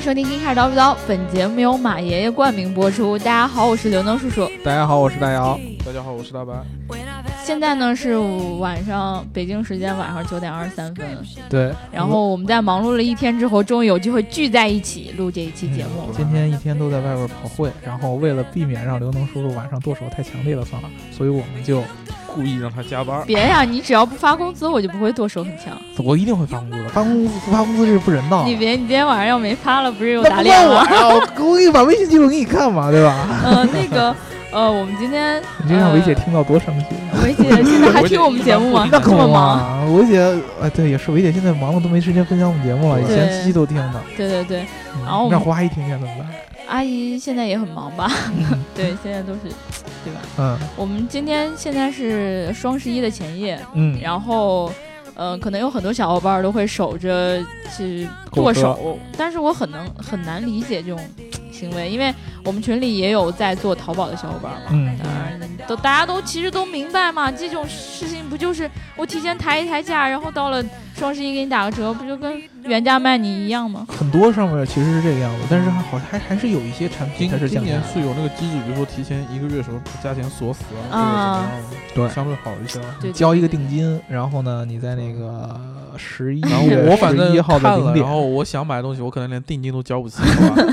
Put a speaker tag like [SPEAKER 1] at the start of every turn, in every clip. [SPEAKER 1] 收听《金卡叨不叨》，本节目由马爷爷冠名播出。大家好，我是刘能叔叔。
[SPEAKER 2] 大家好，我是大姚。大家好，我是大白。
[SPEAKER 1] 现在呢是晚上北京时间晚上九点二十三分，
[SPEAKER 2] 对，
[SPEAKER 1] 然后我们在忙碌了一天之后，终于有机会聚在一起录这一期节目。
[SPEAKER 2] 今天一天都在外边跑会，然后为了避免让刘能叔叔晚上剁手太强烈了，算了，所以我们就
[SPEAKER 3] 故意让他加班。
[SPEAKER 1] 别呀、你只要不发工资，我就不会剁手很强。
[SPEAKER 2] 我一定会发工资的，发工资不发工资这是不人道的。
[SPEAKER 1] 你别，你今天晚上要没发了，不是又
[SPEAKER 2] 那
[SPEAKER 1] 打
[SPEAKER 2] 不
[SPEAKER 1] 脸
[SPEAKER 2] 怪我
[SPEAKER 1] 了？
[SPEAKER 2] 呀，我我给你把微信记录给你看嘛，对吧？
[SPEAKER 1] 呃，那个，呃，我们今天
[SPEAKER 2] 你这让维姐听到多生气？
[SPEAKER 1] 呃，维姐现在还听我们节目吗？
[SPEAKER 2] 那
[SPEAKER 1] 这
[SPEAKER 2] 可
[SPEAKER 1] 么
[SPEAKER 2] 不
[SPEAKER 1] 忙？
[SPEAKER 2] 嘛，维姐，哎，对，也是维姐现在忙的都没时间分享我们节目了，以前
[SPEAKER 1] 对
[SPEAKER 2] 七期都听的。
[SPEAKER 1] 对对对，
[SPEAKER 2] 嗯
[SPEAKER 1] 然后我们
[SPEAKER 2] 让花姨听见怎么办？
[SPEAKER 1] 阿姨现在也很忙吧？
[SPEAKER 2] 嗯
[SPEAKER 1] 对，现在都是，对吧？
[SPEAKER 2] 嗯
[SPEAKER 1] 我们今天现在是双十一的前夜，
[SPEAKER 2] 嗯，
[SPEAKER 1] 然后，呃，可能有很多小伙伴儿都会守着去
[SPEAKER 2] 购
[SPEAKER 1] 剁
[SPEAKER 2] 车
[SPEAKER 1] 手，但是我很能很难理解这种行为，因为我们群里也有在做淘宝的小伙伴儿嘛。
[SPEAKER 2] 嗯
[SPEAKER 1] 当然，都大家都其实都明白嘛，这种事情不就是我提前抬一抬价，然后到了双十一给你打个折，不就跟原价卖你一样吗？
[SPEAKER 2] 很多上面其实是这个样子，但是还好还还是有一些产品
[SPEAKER 3] 今
[SPEAKER 2] 它是
[SPEAKER 3] 今
[SPEAKER 2] 降价
[SPEAKER 3] 年
[SPEAKER 2] 的。
[SPEAKER 3] 是有那个机制，比如说提前一个月什么价钱锁死
[SPEAKER 1] 啊
[SPEAKER 3] 啊，
[SPEAKER 2] 对
[SPEAKER 3] 或者怎么样的相对好一些。啊
[SPEAKER 1] 对，
[SPEAKER 2] 交一个
[SPEAKER 1] 对
[SPEAKER 2] 定金，然后呢，你在那个十一
[SPEAKER 3] 然后我
[SPEAKER 2] 月
[SPEAKER 3] 我反正
[SPEAKER 2] 一号的
[SPEAKER 3] 看
[SPEAKER 2] 零
[SPEAKER 3] 了，然
[SPEAKER 2] 点，
[SPEAKER 3] 后我想买东西，我可能连定金都交不起， 好吧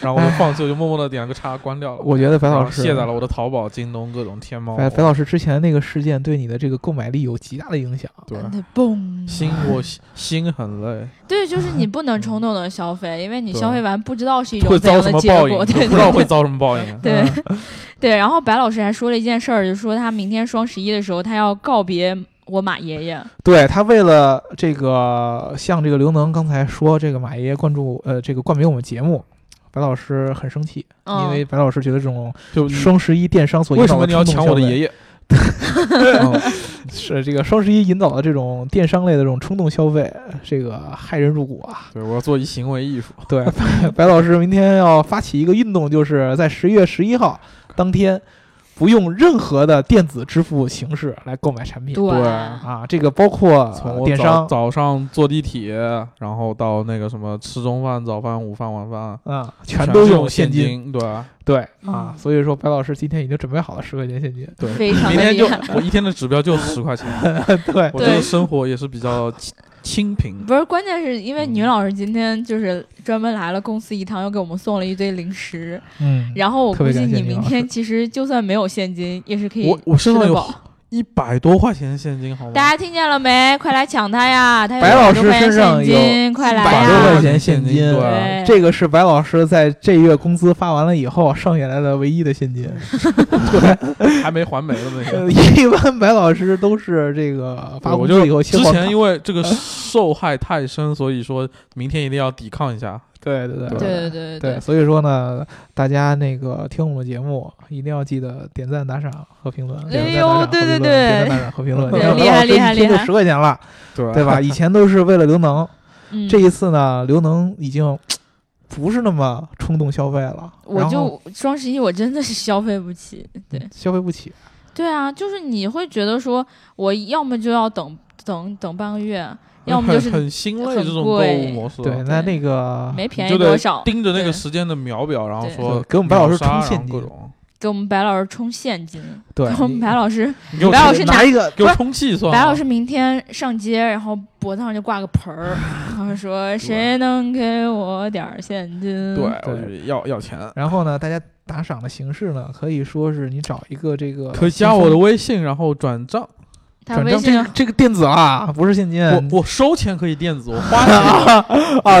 [SPEAKER 3] 然后我就放弃，我就默默的点了个叉，关掉了。
[SPEAKER 2] 我觉得白
[SPEAKER 3] 然
[SPEAKER 2] 老
[SPEAKER 3] 后
[SPEAKER 2] 师
[SPEAKER 3] 卸载了我的淘宝、京东各种天猫。
[SPEAKER 2] 白白老师之前那个事件对你的这个购买力有极大的影响。
[SPEAKER 3] 对，
[SPEAKER 1] 那嘣，
[SPEAKER 3] 心我心心很累，
[SPEAKER 1] 对，就是你不能冲动的消费，因为你
[SPEAKER 3] 对
[SPEAKER 1] 消费完不知道是一种
[SPEAKER 3] 会
[SPEAKER 1] 怎样
[SPEAKER 3] 遭
[SPEAKER 1] 的
[SPEAKER 3] 什么
[SPEAKER 1] 结
[SPEAKER 3] 报
[SPEAKER 1] 果，
[SPEAKER 3] 应？
[SPEAKER 1] 对对
[SPEAKER 3] 不知道
[SPEAKER 1] 对
[SPEAKER 3] 会遭什么报应。啊
[SPEAKER 1] 对
[SPEAKER 2] 嗯
[SPEAKER 1] 对，然后白老师还说了一件事儿，就说他明天双十一的时候，他要告别我马爷爷。
[SPEAKER 2] 对他为了这个，像这个刘能刚才说这个马爷关注呃这个冠名我们节目，白老师很生气，
[SPEAKER 1] 嗯
[SPEAKER 2] 因为白老师觉得这种
[SPEAKER 3] 就
[SPEAKER 2] 双十一电商所
[SPEAKER 3] 为
[SPEAKER 2] 引
[SPEAKER 3] 什
[SPEAKER 2] 导
[SPEAKER 3] 么你
[SPEAKER 2] 的
[SPEAKER 3] 要
[SPEAKER 2] 冲
[SPEAKER 3] 抢
[SPEAKER 2] 动
[SPEAKER 3] 我
[SPEAKER 2] 消
[SPEAKER 3] 的
[SPEAKER 2] 费
[SPEAKER 3] 爷 嗯爷？
[SPEAKER 2] 是这个双十一引导的这种电商类的这种冲动消费，这个害人入骨啊。
[SPEAKER 3] 对，我要做一行为艺术。
[SPEAKER 2] 对，白白老师明天要发起一个运动，就是在十月十一号当天，不用任何的电子支付形式来购买产品。啊，这个包括
[SPEAKER 3] 从
[SPEAKER 2] 呃
[SPEAKER 3] 我
[SPEAKER 2] 电
[SPEAKER 3] 啊早
[SPEAKER 2] 商
[SPEAKER 3] 早上坐地铁，然后到那个什么吃中饭、早饭、午饭、晚饭，
[SPEAKER 2] 啊，全都
[SPEAKER 3] 是
[SPEAKER 2] 用
[SPEAKER 3] 现
[SPEAKER 2] 金。
[SPEAKER 3] 金。对啊
[SPEAKER 2] 对
[SPEAKER 1] 嗯
[SPEAKER 2] 啊，所以说白老师今天已经准备好了十块钱现金。
[SPEAKER 3] 对，
[SPEAKER 1] 非常
[SPEAKER 3] 明
[SPEAKER 1] 的
[SPEAKER 3] 天
[SPEAKER 1] 厉
[SPEAKER 3] 就
[SPEAKER 1] 害。
[SPEAKER 3] 我一天的指标就十块钱，
[SPEAKER 2] 对，
[SPEAKER 3] 我这个生活也是比较清清贫。
[SPEAKER 1] 不是，关键是因为
[SPEAKER 3] 嗯
[SPEAKER 1] 女老师今天就是专门来了公司一趟，又给我们送了一堆零食。
[SPEAKER 2] 嗯，
[SPEAKER 1] 然后我
[SPEAKER 2] 特
[SPEAKER 1] 估
[SPEAKER 2] 别
[SPEAKER 1] 计
[SPEAKER 2] 感谢
[SPEAKER 1] 你
[SPEAKER 2] 女
[SPEAKER 1] 明
[SPEAKER 2] 老
[SPEAKER 1] 天其实就算没有现金，也是可以
[SPEAKER 3] 我我
[SPEAKER 1] 吃
[SPEAKER 3] 身上
[SPEAKER 1] 得
[SPEAKER 3] 有
[SPEAKER 1] 饱。
[SPEAKER 3] 一百多块钱现金，好吗？
[SPEAKER 1] 大家听见了没？快来抢它呀！它有
[SPEAKER 2] 白老师
[SPEAKER 1] 100多块钱
[SPEAKER 2] 身上
[SPEAKER 1] 现金，快来
[SPEAKER 2] 百多块
[SPEAKER 1] 呀！
[SPEAKER 2] 钱现金，
[SPEAKER 3] 对
[SPEAKER 1] 啊
[SPEAKER 2] 这个是白老师在这月工资发完了以后剩下来的唯一的现金。
[SPEAKER 3] 还没还没了那 个。
[SPEAKER 1] 嗯
[SPEAKER 2] 呃一般白老师都是这个发
[SPEAKER 3] 对
[SPEAKER 2] 工
[SPEAKER 3] 我
[SPEAKER 2] 资以
[SPEAKER 3] 就
[SPEAKER 2] 后先
[SPEAKER 3] 之
[SPEAKER 2] 还
[SPEAKER 3] 前因为这个受害太深，所以说明天一定要抵抗一下。
[SPEAKER 2] 对对对
[SPEAKER 1] 对对对
[SPEAKER 2] 对，所以说呢，大家那个听我们节目一定要记得点赞、打赏和评论。点赞
[SPEAKER 1] 哎呦
[SPEAKER 2] 打赏和
[SPEAKER 1] 对对
[SPEAKER 2] 评
[SPEAKER 1] 对
[SPEAKER 2] 论点赞、打赏和评论。
[SPEAKER 1] 对
[SPEAKER 2] 你看
[SPEAKER 1] 厉害
[SPEAKER 2] 白
[SPEAKER 1] 厉害
[SPEAKER 2] 老师一天
[SPEAKER 1] 厉
[SPEAKER 2] 就
[SPEAKER 1] 害
[SPEAKER 2] 十块钱了，
[SPEAKER 3] 对
[SPEAKER 2] 对吧？以前都是为了刘能，
[SPEAKER 1] 嗯
[SPEAKER 2] 这一次呢，刘能已经不是那么冲动消费了，
[SPEAKER 1] 我
[SPEAKER 2] 然后
[SPEAKER 1] 就
[SPEAKER 2] 嗯
[SPEAKER 1] 双十一我真的是消费不起，对
[SPEAKER 2] 消费不起。
[SPEAKER 1] 对啊，就是你会觉得说，我要么就要等等等半个月，要么 就是
[SPEAKER 3] 很很心累
[SPEAKER 1] 很
[SPEAKER 3] 这种购
[SPEAKER 1] 贵
[SPEAKER 3] 物模式。啊
[SPEAKER 2] 对，那
[SPEAKER 1] 对
[SPEAKER 2] 那个
[SPEAKER 1] 没便宜
[SPEAKER 3] 就
[SPEAKER 1] 多
[SPEAKER 3] 得
[SPEAKER 1] 少，
[SPEAKER 3] 盯着那
[SPEAKER 1] 对
[SPEAKER 3] 个时间的秒表，然后
[SPEAKER 1] 对
[SPEAKER 3] 说
[SPEAKER 2] 对给我们白老师
[SPEAKER 3] 秒杀
[SPEAKER 2] 充现
[SPEAKER 3] 然后
[SPEAKER 2] 金
[SPEAKER 3] 各种，
[SPEAKER 1] 给我们白老师充现金，
[SPEAKER 2] 对
[SPEAKER 1] 给 我们
[SPEAKER 2] 你
[SPEAKER 1] 白老师，
[SPEAKER 3] 你啊给我
[SPEAKER 1] 白老
[SPEAKER 3] 充
[SPEAKER 1] 师
[SPEAKER 2] 拿一个
[SPEAKER 3] 给我充气算了。
[SPEAKER 1] 白老师明天上街，然后脖子上就挂个盆儿，然后说谁能给我点儿现金？
[SPEAKER 3] 对，
[SPEAKER 2] 嗯对
[SPEAKER 3] 我觉得要要钱，
[SPEAKER 2] 然后呢，大家打赏的形式呢，可以说是你找一个这个
[SPEAKER 3] 可以加我的微信，然后转账。
[SPEAKER 1] 他微
[SPEAKER 2] 转账
[SPEAKER 1] 信
[SPEAKER 2] 这个这个电子啊，不是现金。
[SPEAKER 3] 我我收钱可以电子，我花 钱。
[SPEAKER 2] 啊，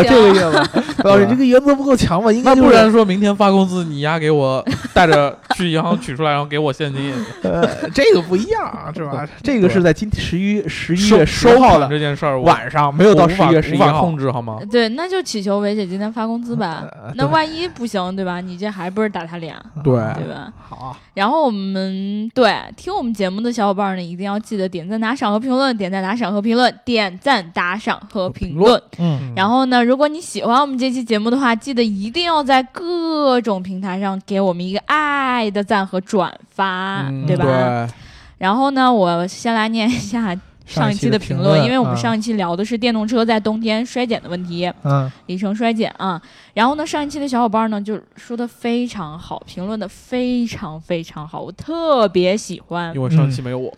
[SPEAKER 1] 对啊
[SPEAKER 2] 这个意思。老师，这个原则不够强吧？应该
[SPEAKER 3] 那
[SPEAKER 2] 就
[SPEAKER 3] 不
[SPEAKER 2] 是
[SPEAKER 3] 然说明天发工资，你丫给我带着去银行取出来，然后给我现 金。
[SPEAKER 2] 呃，这个不一样啊，是吧？ 这个是在今十一十一
[SPEAKER 3] 收
[SPEAKER 2] 月十号
[SPEAKER 3] 款
[SPEAKER 2] 的
[SPEAKER 3] 这件事儿，我
[SPEAKER 2] 晚上，没有到
[SPEAKER 3] 我无
[SPEAKER 2] 十
[SPEAKER 3] 法
[SPEAKER 2] 一月十一
[SPEAKER 3] 无法
[SPEAKER 2] 号
[SPEAKER 3] 控。制好吗？
[SPEAKER 1] 对，那就祈求维姐今天发工资吧。
[SPEAKER 2] 呃
[SPEAKER 1] 那
[SPEAKER 2] 对
[SPEAKER 1] 万一不行，对吧？你这还不是打他脸，
[SPEAKER 3] 对
[SPEAKER 1] 对吧？
[SPEAKER 2] 好啊，
[SPEAKER 1] 然后我们对听我们节目的小伙伴呢，一定要记得点赞、打赏和评论，点赞、打赏和评论，点赞、打赏和评
[SPEAKER 3] 评论
[SPEAKER 1] 论。
[SPEAKER 2] 嗯，
[SPEAKER 1] 然后呢，如果你喜欢我们这期节目的话，记得一定要在各种平台上给我们一个爱的赞和转发，
[SPEAKER 3] 嗯
[SPEAKER 1] 对吧？
[SPEAKER 3] 对
[SPEAKER 1] 然后呢，我先来念一下上
[SPEAKER 2] 一
[SPEAKER 1] 期
[SPEAKER 2] 的
[SPEAKER 1] 评论，因为我们
[SPEAKER 2] 啊
[SPEAKER 1] 上一期聊的是电动车在冬天衰减的问题，
[SPEAKER 2] 嗯
[SPEAKER 1] 里程衰减啊。然后呢，上一期的小伙伴呢就说的非常好，评论的非常非常好，我特别喜欢
[SPEAKER 3] 因。为上
[SPEAKER 2] 嗯
[SPEAKER 3] 期没有我，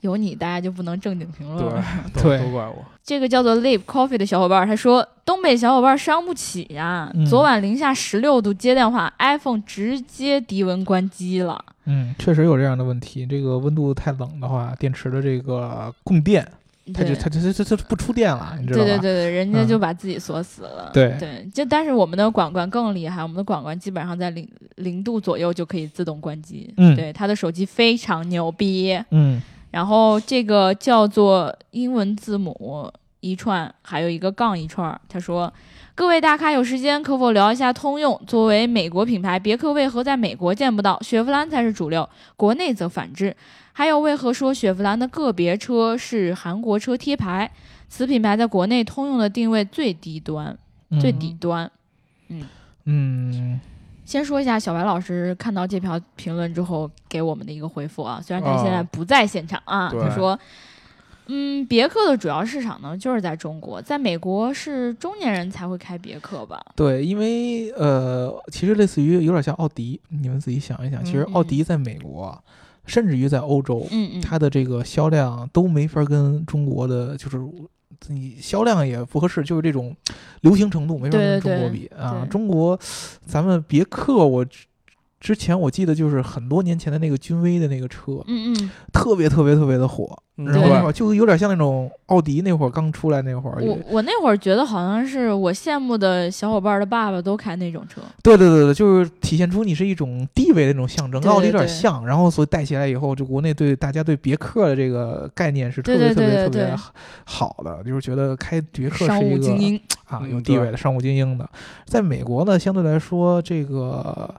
[SPEAKER 1] 有你，大家就不能正经评论了。
[SPEAKER 3] 对
[SPEAKER 2] 嗯对
[SPEAKER 3] 都怪我，
[SPEAKER 1] 这个叫做 Live Coffee 的小伙伴，他说东北小伙伴伤不起呀、
[SPEAKER 2] 嗯
[SPEAKER 1] 昨晚零下十六度接电话，iPhone 直接低温关机了。
[SPEAKER 2] 嗯，确实有这样的问题。这个温度太冷的话，电池的这个供电，它就
[SPEAKER 1] 对
[SPEAKER 2] 它它它它它不出电了，你知道
[SPEAKER 1] 对
[SPEAKER 2] 吧？
[SPEAKER 1] 对对对，人家
[SPEAKER 2] 嗯
[SPEAKER 1] 就把自己锁死了。
[SPEAKER 2] 对
[SPEAKER 1] 对，就但是我们的管管更厉害，我们的管管基本上在零零度左右就可以自动关机。
[SPEAKER 2] 嗯
[SPEAKER 1] 对，他的手机非常牛逼。
[SPEAKER 2] 嗯
[SPEAKER 1] 然后这个叫做英文字母一串，还有一个杠一串儿。他说：“各位大咖有时间可否聊一下通用？作为美国品牌，别克为何在美国见不到，雪佛兰才是主流，国内则反之？还有为何说雪佛兰的个别车是韩国车贴牌？此品牌在国内通用的定位最低端，
[SPEAKER 2] 嗯
[SPEAKER 1] 最底端。
[SPEAKER 2] 嗯
[SPEAKER 1] 先说一下小白老师看到这条评论之后给我们的一个回复啊，虽然他
[SPEAKER 3] 哦
[SPEAKER 1] 现在不在现场啊，
[SPEAKER 3] 对
[SPEAKER 1] 他说，嗯，别克的主要市场呢就是在中国，在美国是中年人才会开别克吧？
[SPEAKER 2] 对，因为呃，其实类似于有点像奥迪，你们自己想一想，其实
[SPEAKER 1] 嗯
[SPEAKER 2] 奥迪在美国，甚至于在欧洲，
[SPEAKER 1] 嗯嗯，
[SPEAKER 2] 它的这个销量都没法跟中国的就是。你销量也不合适，就是这种流行程度没法
[SPEAKER 1] 对对
[SPEAKER 2] 跟中国
[SPEAKER 1] 对
[SPEAKER 2] 比啊
[SPEAKER 1] 对。
[SPEAKER 2] 中国，咱们别克，我之之前我记得就是很多年前的那个君威的那个车，
[SPEAKER 1] 嗯嗯，
[SPEAKER 2] 特别特别特别的火，
[SPEAKER 3] 嗯
[SPEAKER 2] 然后那
[SPEAKER 1] 对
[SPEAKER 2] 会儿就有点像那种奥迪那会儿刚出来那会儿，
[SPEAKER 1] 我我那会儿觉得好像是我羡慕的小伙伴的爸爸都开那种车，
[SPEAKER 2] 对对对对，就是体现出你是一种地位的那种象征，
[SPEAKER 1] 对
[SPEAKER 2] 跟奥迪有点
[SPEAKER 1] 对
[SPEAKER 2] 像，然后所以带起来以后，就国内对大家对别克的这个概念是特
[SPEAKER 1] 对
[SPEAKER 2] 别
[SPEAKER 1] 对
[SPEAKER 2] 特别
[SPEAKER 1] 对
[SPEAKER 2] 特
[SPEAKER 1] 对
[SPEAKER 2] 别
[SPEAKER 1] 对
[SPEAKER 2] 好的，就是觉得开别克
[SPEAKER 1] 商
[SPEAKER 2] 是
[SPEAKER 1] 务
[SPEAKER 2] 一
[SPEAKER 1] 精
[SPEAKER 2] 个
[SPEAKER 1] 英，
[SPEAKER 2] 啊
[SPEAKER 3] 嗯
[SPEAKER 2] 有地位的
[SPEAKER 3] 对
[SPEAKER 2] 商务精英的。在美国呢，相对来说这个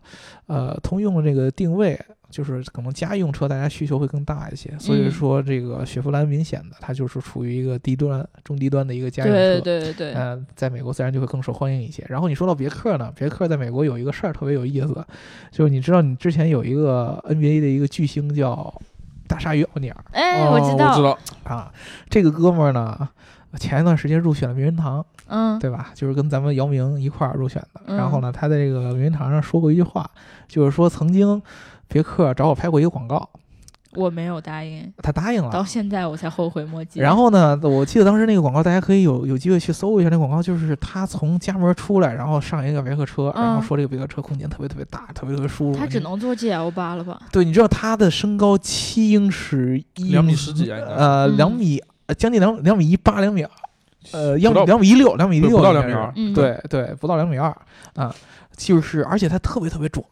[SPEAKER 2] 呃通用的这个定位。就是可能家用车大家需求会更大一些，所以
[SPEAKER 1] 嗯
[SPEAKER 2] 说这个雪佛兰明显的它就是处于一个低端、中低端的一个家
[SPEAKER 1] 对
[SPEAKER 2] 用车。
[SPEAKER 1] 对对对对，
[SPEAKER 2] 呃，在美国自然就会更受欢迎一些。然后你说到别克呢，别克在美国有一个事儿特别有意思，就是你知道你之前有一个 NBA 的一个巨星叫大鲨鱼奥尼尔
[SPEAKER 1] 哎，
[SPEAKER 3] 哦
[SPEAKER 1] 我
[SPEAKER 3] 我
[SPEAKER 1] 知道，
[SPEAKER 3] 道，
[SPEAKER 2] 啊，这个哥们儿呢，前一段时间入选了名人堂，
[SPEAKER 1] 嗯，
[SPEAKER 2] 对吧？就是跟咱们姚明一块儿入选的。然后
[SPEAKER 1] 嗯
[SPEAKER 2] 呢，他在这个名人堂上说过一句话，就是说曾经别克找我拍过一个广告，
[SPEAKER 1] 我没有答应，
[SPEAKER 2] 他答应了，
[SPEAKER 1] 到现在我才后悔莫及。
[SPEAKER 2] 然后呢，我记得当时那个广告，大家可以有有机会去搜一下那广告，就是他从家门出来，然后上一个别克车，
[SPEAKER 1] 嗯
[SPEAKER 2] 然后说这个别克车空间特别特别大，特别特别舒服。
[SPEAKER 1] 他只
[SPEAKER 2] 你
[SPEAKER 1] 能做 GL 八了吧？
[SPEAKER 2] 对，你知道他的身高七英尺一
[SPEAKER 3] 两米十几啊应该是
[SPEAKER 2] 嗯呃，
[SPEAKER 1] 嗯
[SPEAKER 2] 两米呃将近两两米一八，两米呃，两
[SPEAKER 3] 不到
[SPEAKER 2] 米两米一六，两米一
[SPEAKER 3] 不
[SPEAKER 2] 六
[SPEAKER 3] 到
[SPEAKER 2] 应
[SPEAKER 3] 两
[SPEAKER 2] 该
[SPEAKER 3] 米
[SPEAKER 2] 是
[SPEAKER 3] 二
[SPEAKER 1] 嗯，，
[SPEAKER 2] 对对，不到两米二啊，就是而且他特别特别壮，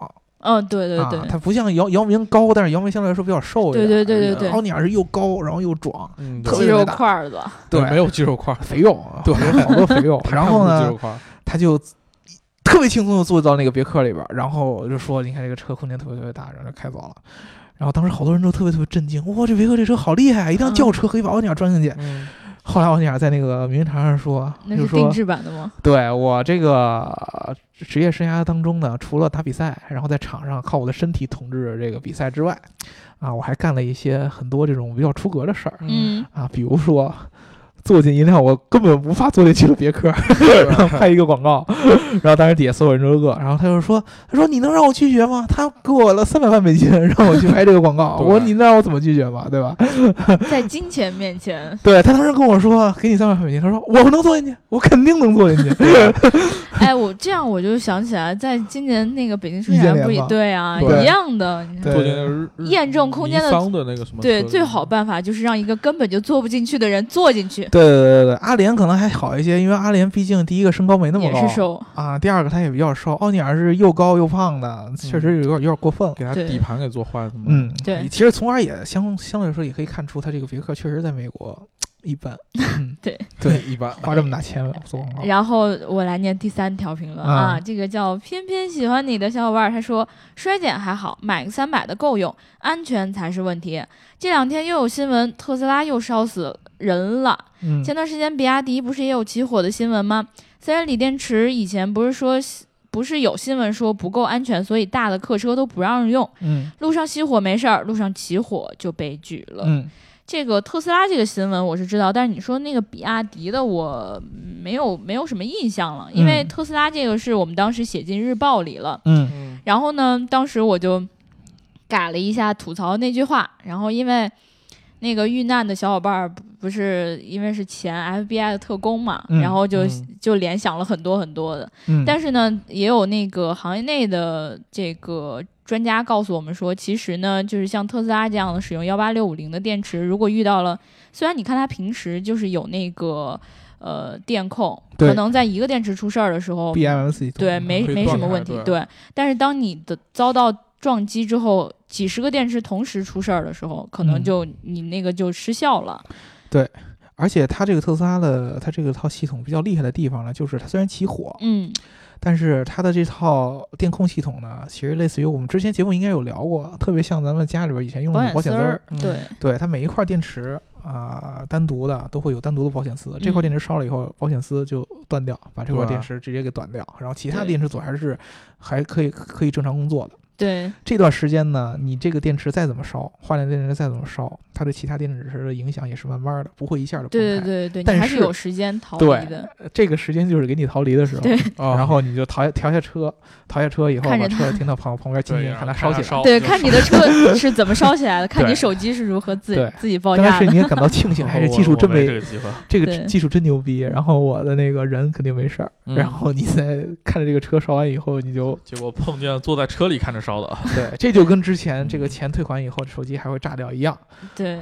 [SPEAKER 1] 嗯，对对对
[SPEAKER 2] 啊，，他不像姚姚明高，但是姚明相对来说比较瘦一
[SPEAKER 1] 对
[SPEAKER 2] 点，
[SPEAKER 1] 对对对
[SPEAKER 3] 呃
[SPEAKER 1] 对，
[SPEAKER 2] 奥尼尔是又高然后又壮，
[SPEAKER 3] 嗯，
[SPEAKER 2] 特
[SPEAKER 1] 肌
[SPEAKER 2] 别
[SPEAKER 3] 对，
[SPEAKER 1] 肉块儿的，
[SPEAKER 2] 对，
[SPEAKER 3] 没有肌肉块儿，
[SPEAKER 2] 肥肉啊，
[SPEAKER 3] 对。
[SPEAKER 2] 有好多肥肉 然后
[SPEAKER 3] 看不出肌
[SPEAKER 2] 呢
[SPEAKER 3] 肉，块儿，
[SPEAKER 2] 他就特别轻松的坐到那个别克里边儿，然后就说：“你看这个车空间特别特别大。”然后就开走了。然后当时好多人都特别特别震惊，哇，这别克这车好厉害，一辆
[SPEAKER 1] 嗯
[SPEAKER 2] 轿车可以把奥尼尔装进去。
[SPEAKER 3] 嗯，
[SPEAKER 2] 后来奥尼尔在那个名人堂上说，
[SPEAKER 1] 那
[SPEAKER 2] 就是
[SPEAKER 1] 定
[SPEAKER 2] 说
[SPEAKER 1] 制版的吗？：“
[SPEAKER 2] 对我这个呃职业生涯当中呢，除了打比赛，然后在场上靠我的身体统治这个比赛之外，啊，我还干了一些很多这种比较出格的事儿。”
[SPEAKER 1] 嗯，
[SPEAKER 2] 啊，比如说坐进一辆我根本无法坐进去的别克， 然后拍一个广告，然后当时底下所有人都乐，然后他就说：“他说你能让我拒绝吗？他给我了三百万美金让我去拍这个广 告，
[SPEAKER 3] 对
[SPEAKER 2] 我说你能让我怎么拒绝嘛，对吧？
[SPEAKER 1] 在金钱面 前，
[SPEAKER 2] 对他当时跟我说给你三百万美金，他说我能坐进去，我肯定能 坐进去。
[SPEAKER 1] 哎，我这样我就想起来，在今年那个北京车
[SPEAKER 2] 易建
[SPEAKER 1] 展
[SPEAKER 2] 联
[SPEAKER 1] 不也
[SPEAKER 2] 吗
[SPEAKER 1] 对啊，
[SPEAKER 2] 对
[SPEAKER 1] 一样的，你看
[SPEAKER 2] 对
[SPEAKER 3] 坐进那个日日
[SPEAKER 1] 验证空间的
[SPEAKER 3] 尼桑的那个什么车
[SPEAKER 1] 对，
[SPEAKER 3] 里
[SPEAKER 1] 最好办法就是让一个根本就坐不进去的人坐进去，
[SPEAKER 2] 对对对对对，阿联可能还好一些，因为阿联毕竟第一个身高没那么
[SPEAKER 1] 也
[SPEAKER 2] 高，
[SPEAKER 1] 是瘦，
[SPEAKER 2] 啊，第二个他也比较瘦，奥尼尔是又高又胖的，确实有点有点过分了。
[SPEAKER 3] 给他
[SPEAKER 1] 对
[SPEAKER 3] 底盘给做坏了嘛，
[SPEAKER 2] 嗯，
[SPEAKER 1] 对
[SPEAKER 2] 其实从而也相相对来说也可以看出，他这个别克确实在美国一般，嗯
[SPEAKER 1] 对
[SPEAKER 2] 对，
[SPEAKER 3] 一般，
[SPEAKER 2] 花这么大钱啊做广告，
[SPEAKER 1] 然后我来念第三条评论啊，
[SPEAKER 2] 啊
[SPEAKER 1] 这个叫偏偏喜欢你的小伙伴儿，他说衰减还好，买个三百的够用，安全才是问题。这两天又有新闻，特斯拉又烧死人了。
[SPEAKER 2] 嗯
[SPEAKER 1] 前段时间比亚迪不是也有起火的新闻吗？虽然锂电池以前不是说不是有新闻说不够安全，所以大的客车都不让用。
[SPEAKER 2] 嗯
[SPEAKER 1] 路上熄火没事儿，路上起火就被拒了。
[SPEAKER 2] 嗯，
[SPEAKER 1] 这个特斯拉这个新闻我是知道，但是你说那个比亚迪的，我没有没有什么印象了，因为
[SPEAKER 2] 嗯
[SPEAKER 1] 特斯拉这个是我们当时写进日报里了。
[SPEAKER 2] 嗯
[SPEAKER 3] 嗯
[SPEAKER 1] 然后呢，当时我就改了一下吐槽那句话，然后因为那个遇难的小伙伴儿不不是因为是前 FBI 的特工嘛，
[SPEAKER 2] 嗯
[SPEAKER 1] 然后就、
[SPEAKER 3] 嗯
[SPEAKER 1] 就联想了很多很多的。
[SPEAKER 2] 嗯，
[SPEAKER 1] 但是呢，也有那个行业内的这个专家告诉我们说，其实呢，就是像特斯拉这样的使用幺八六五零的电池，如果遇到了，虽然你看它平时就是有那个呃电控，
[SPEAKER 2] 对
[SPEAKER 1] 可能在一个电池出事儿的时候，
[SPEAKER 2] BMS 系统啊
[SPEAKER 1] 对，没
[SPEAKER 3] 可以
[SPEAKER 1] 没什
[SPEAKER 3] 断
[SPEAKER 1] 么
[SPEAKER 3] 开
[SPEAKER 1] 问题，
[SPEAKER 3] 对
[SPEAKER 1] 对。但是当你的遭到撞击之后，几十个电池同时出事儿的时候，可能
[SPEAKER 2] 嗯
[SPEAKER 1] 就、你那个就失效了。
[SPEAKER 2] 而且它这个特斯拉的它这个套系统比较厉害的地方呢，就是它虽然起火，
[SPEAKER 1] 嗯
[SPEAKER 2] 但是它的这套电控系统呢，其实类似于我们之前节目应该有聊过，特别像咱们家里边以前用
[SPEAKER 1] 保
[SPEAKER 2] 的
[SPEAKER 1] 险
[SPEAKER 2] 保险
[SPEAKER 1] 丝
[SPEAKER 2] 丝
[SPEAKER 1] 儿
[SPEAKER 2] 儿，，
[SPEAKER 3] 嗯
[SPEAKER 1] 对，
[SPEAKER 2] 对它每一块电池啊、单独的都会有单独的保险丝，这块
[SPEAKER 1] 嗯
[SPEAKER 2] 电池烧了以后，保险丝就断掉，把这块
[SPEAKER 3] 对啊
[SPEAKER 2] 电池直接给断掉，然后其他
[SPEAKER 1] 对
[SPEAKER 2] 电池组还是还可以可以正常工作的。
[SPEAKER 1] 对，
[SPEAKER 2] 这段时间呢，你这个电池再怎么烧，换电电池再怎么烧，它对其他电池的影响也是慢慢的，不会一下就崩
[SPEAKER 1] 对
[SPEAKER 2] 开。
[SPEAKER 1] 对对对，
[SPEAKER 2] 但
[SPEAKER 1] 你还是
[SPEAKER 2] 是
[SPEAKER 1] 有时间逃离
[SPEAKER 2] 对
[SPEAKER 1] 的。
[SPEAKER 2] 这个时间就是给你逃离的时候，
[SPEAKER 1] 对
[SPEAKER 3] 哦
[SPEAKER 2] 然后你就逃下调下车，逃下车以后
[SPEAKER 1] 看
[SPEAKER 2] 把
[SPEAKER 1] 着
[SPEAKER 2] 车停到旁旁边，静
[SPEAKER 3] 对
[SPEAKER 2] 静
[SPEAKER 3] 呀
[SPEAKER 2] 看它
[SPEAKER 3] 看
[SPEAKER 2] 烧
[SPEAKER 3] 它
[SPEAKER 2] 起来。
[SPEAKER 3] 烧
[SPEAKER 1] 对，
[SPEAKER 3] 就
[SPEAKER 1] 看
[SPEAKER 3] 是
[SPEAKER 1] 你的车是怎么烧起来的，看你
[SPEAKER 2] 对
[SPEAKER 1] 手机是如何自
[SPEAKER 2] 对
[SPEAKER 1] 自己爆
[SPEAKER 2] 当
[SPEAKER 1] 炸
[SPEAKER 2] 时
[SPEAKER 1] 的。
[SPEAKER 2] 你也感到 庆 幸，还是技术真
[SPEAKER 3] 哦我我没
[SPEAKER 2] 没
[SPEAKER 3] 这个机会，
[SPEAKER 2] 这个
[SPEAKER 1] 对
[SPEAKER 2] 技术真牛逼，然后我的那个人肯定没事儿，
[SPEAKER 3] 嗯
[SPEAKER 2] 然后你再看着这个车烧完以后，你就
[SPEAKER 3] 结果碰见坐在车里看着烧的，
[SPEAKER 2] 对，这就跟之前
[SPEAKER 1] 嗯
[SPEAKER 2] 这个钱退款以后手机还会炸掉一样。
[SPEAKER 1] 对，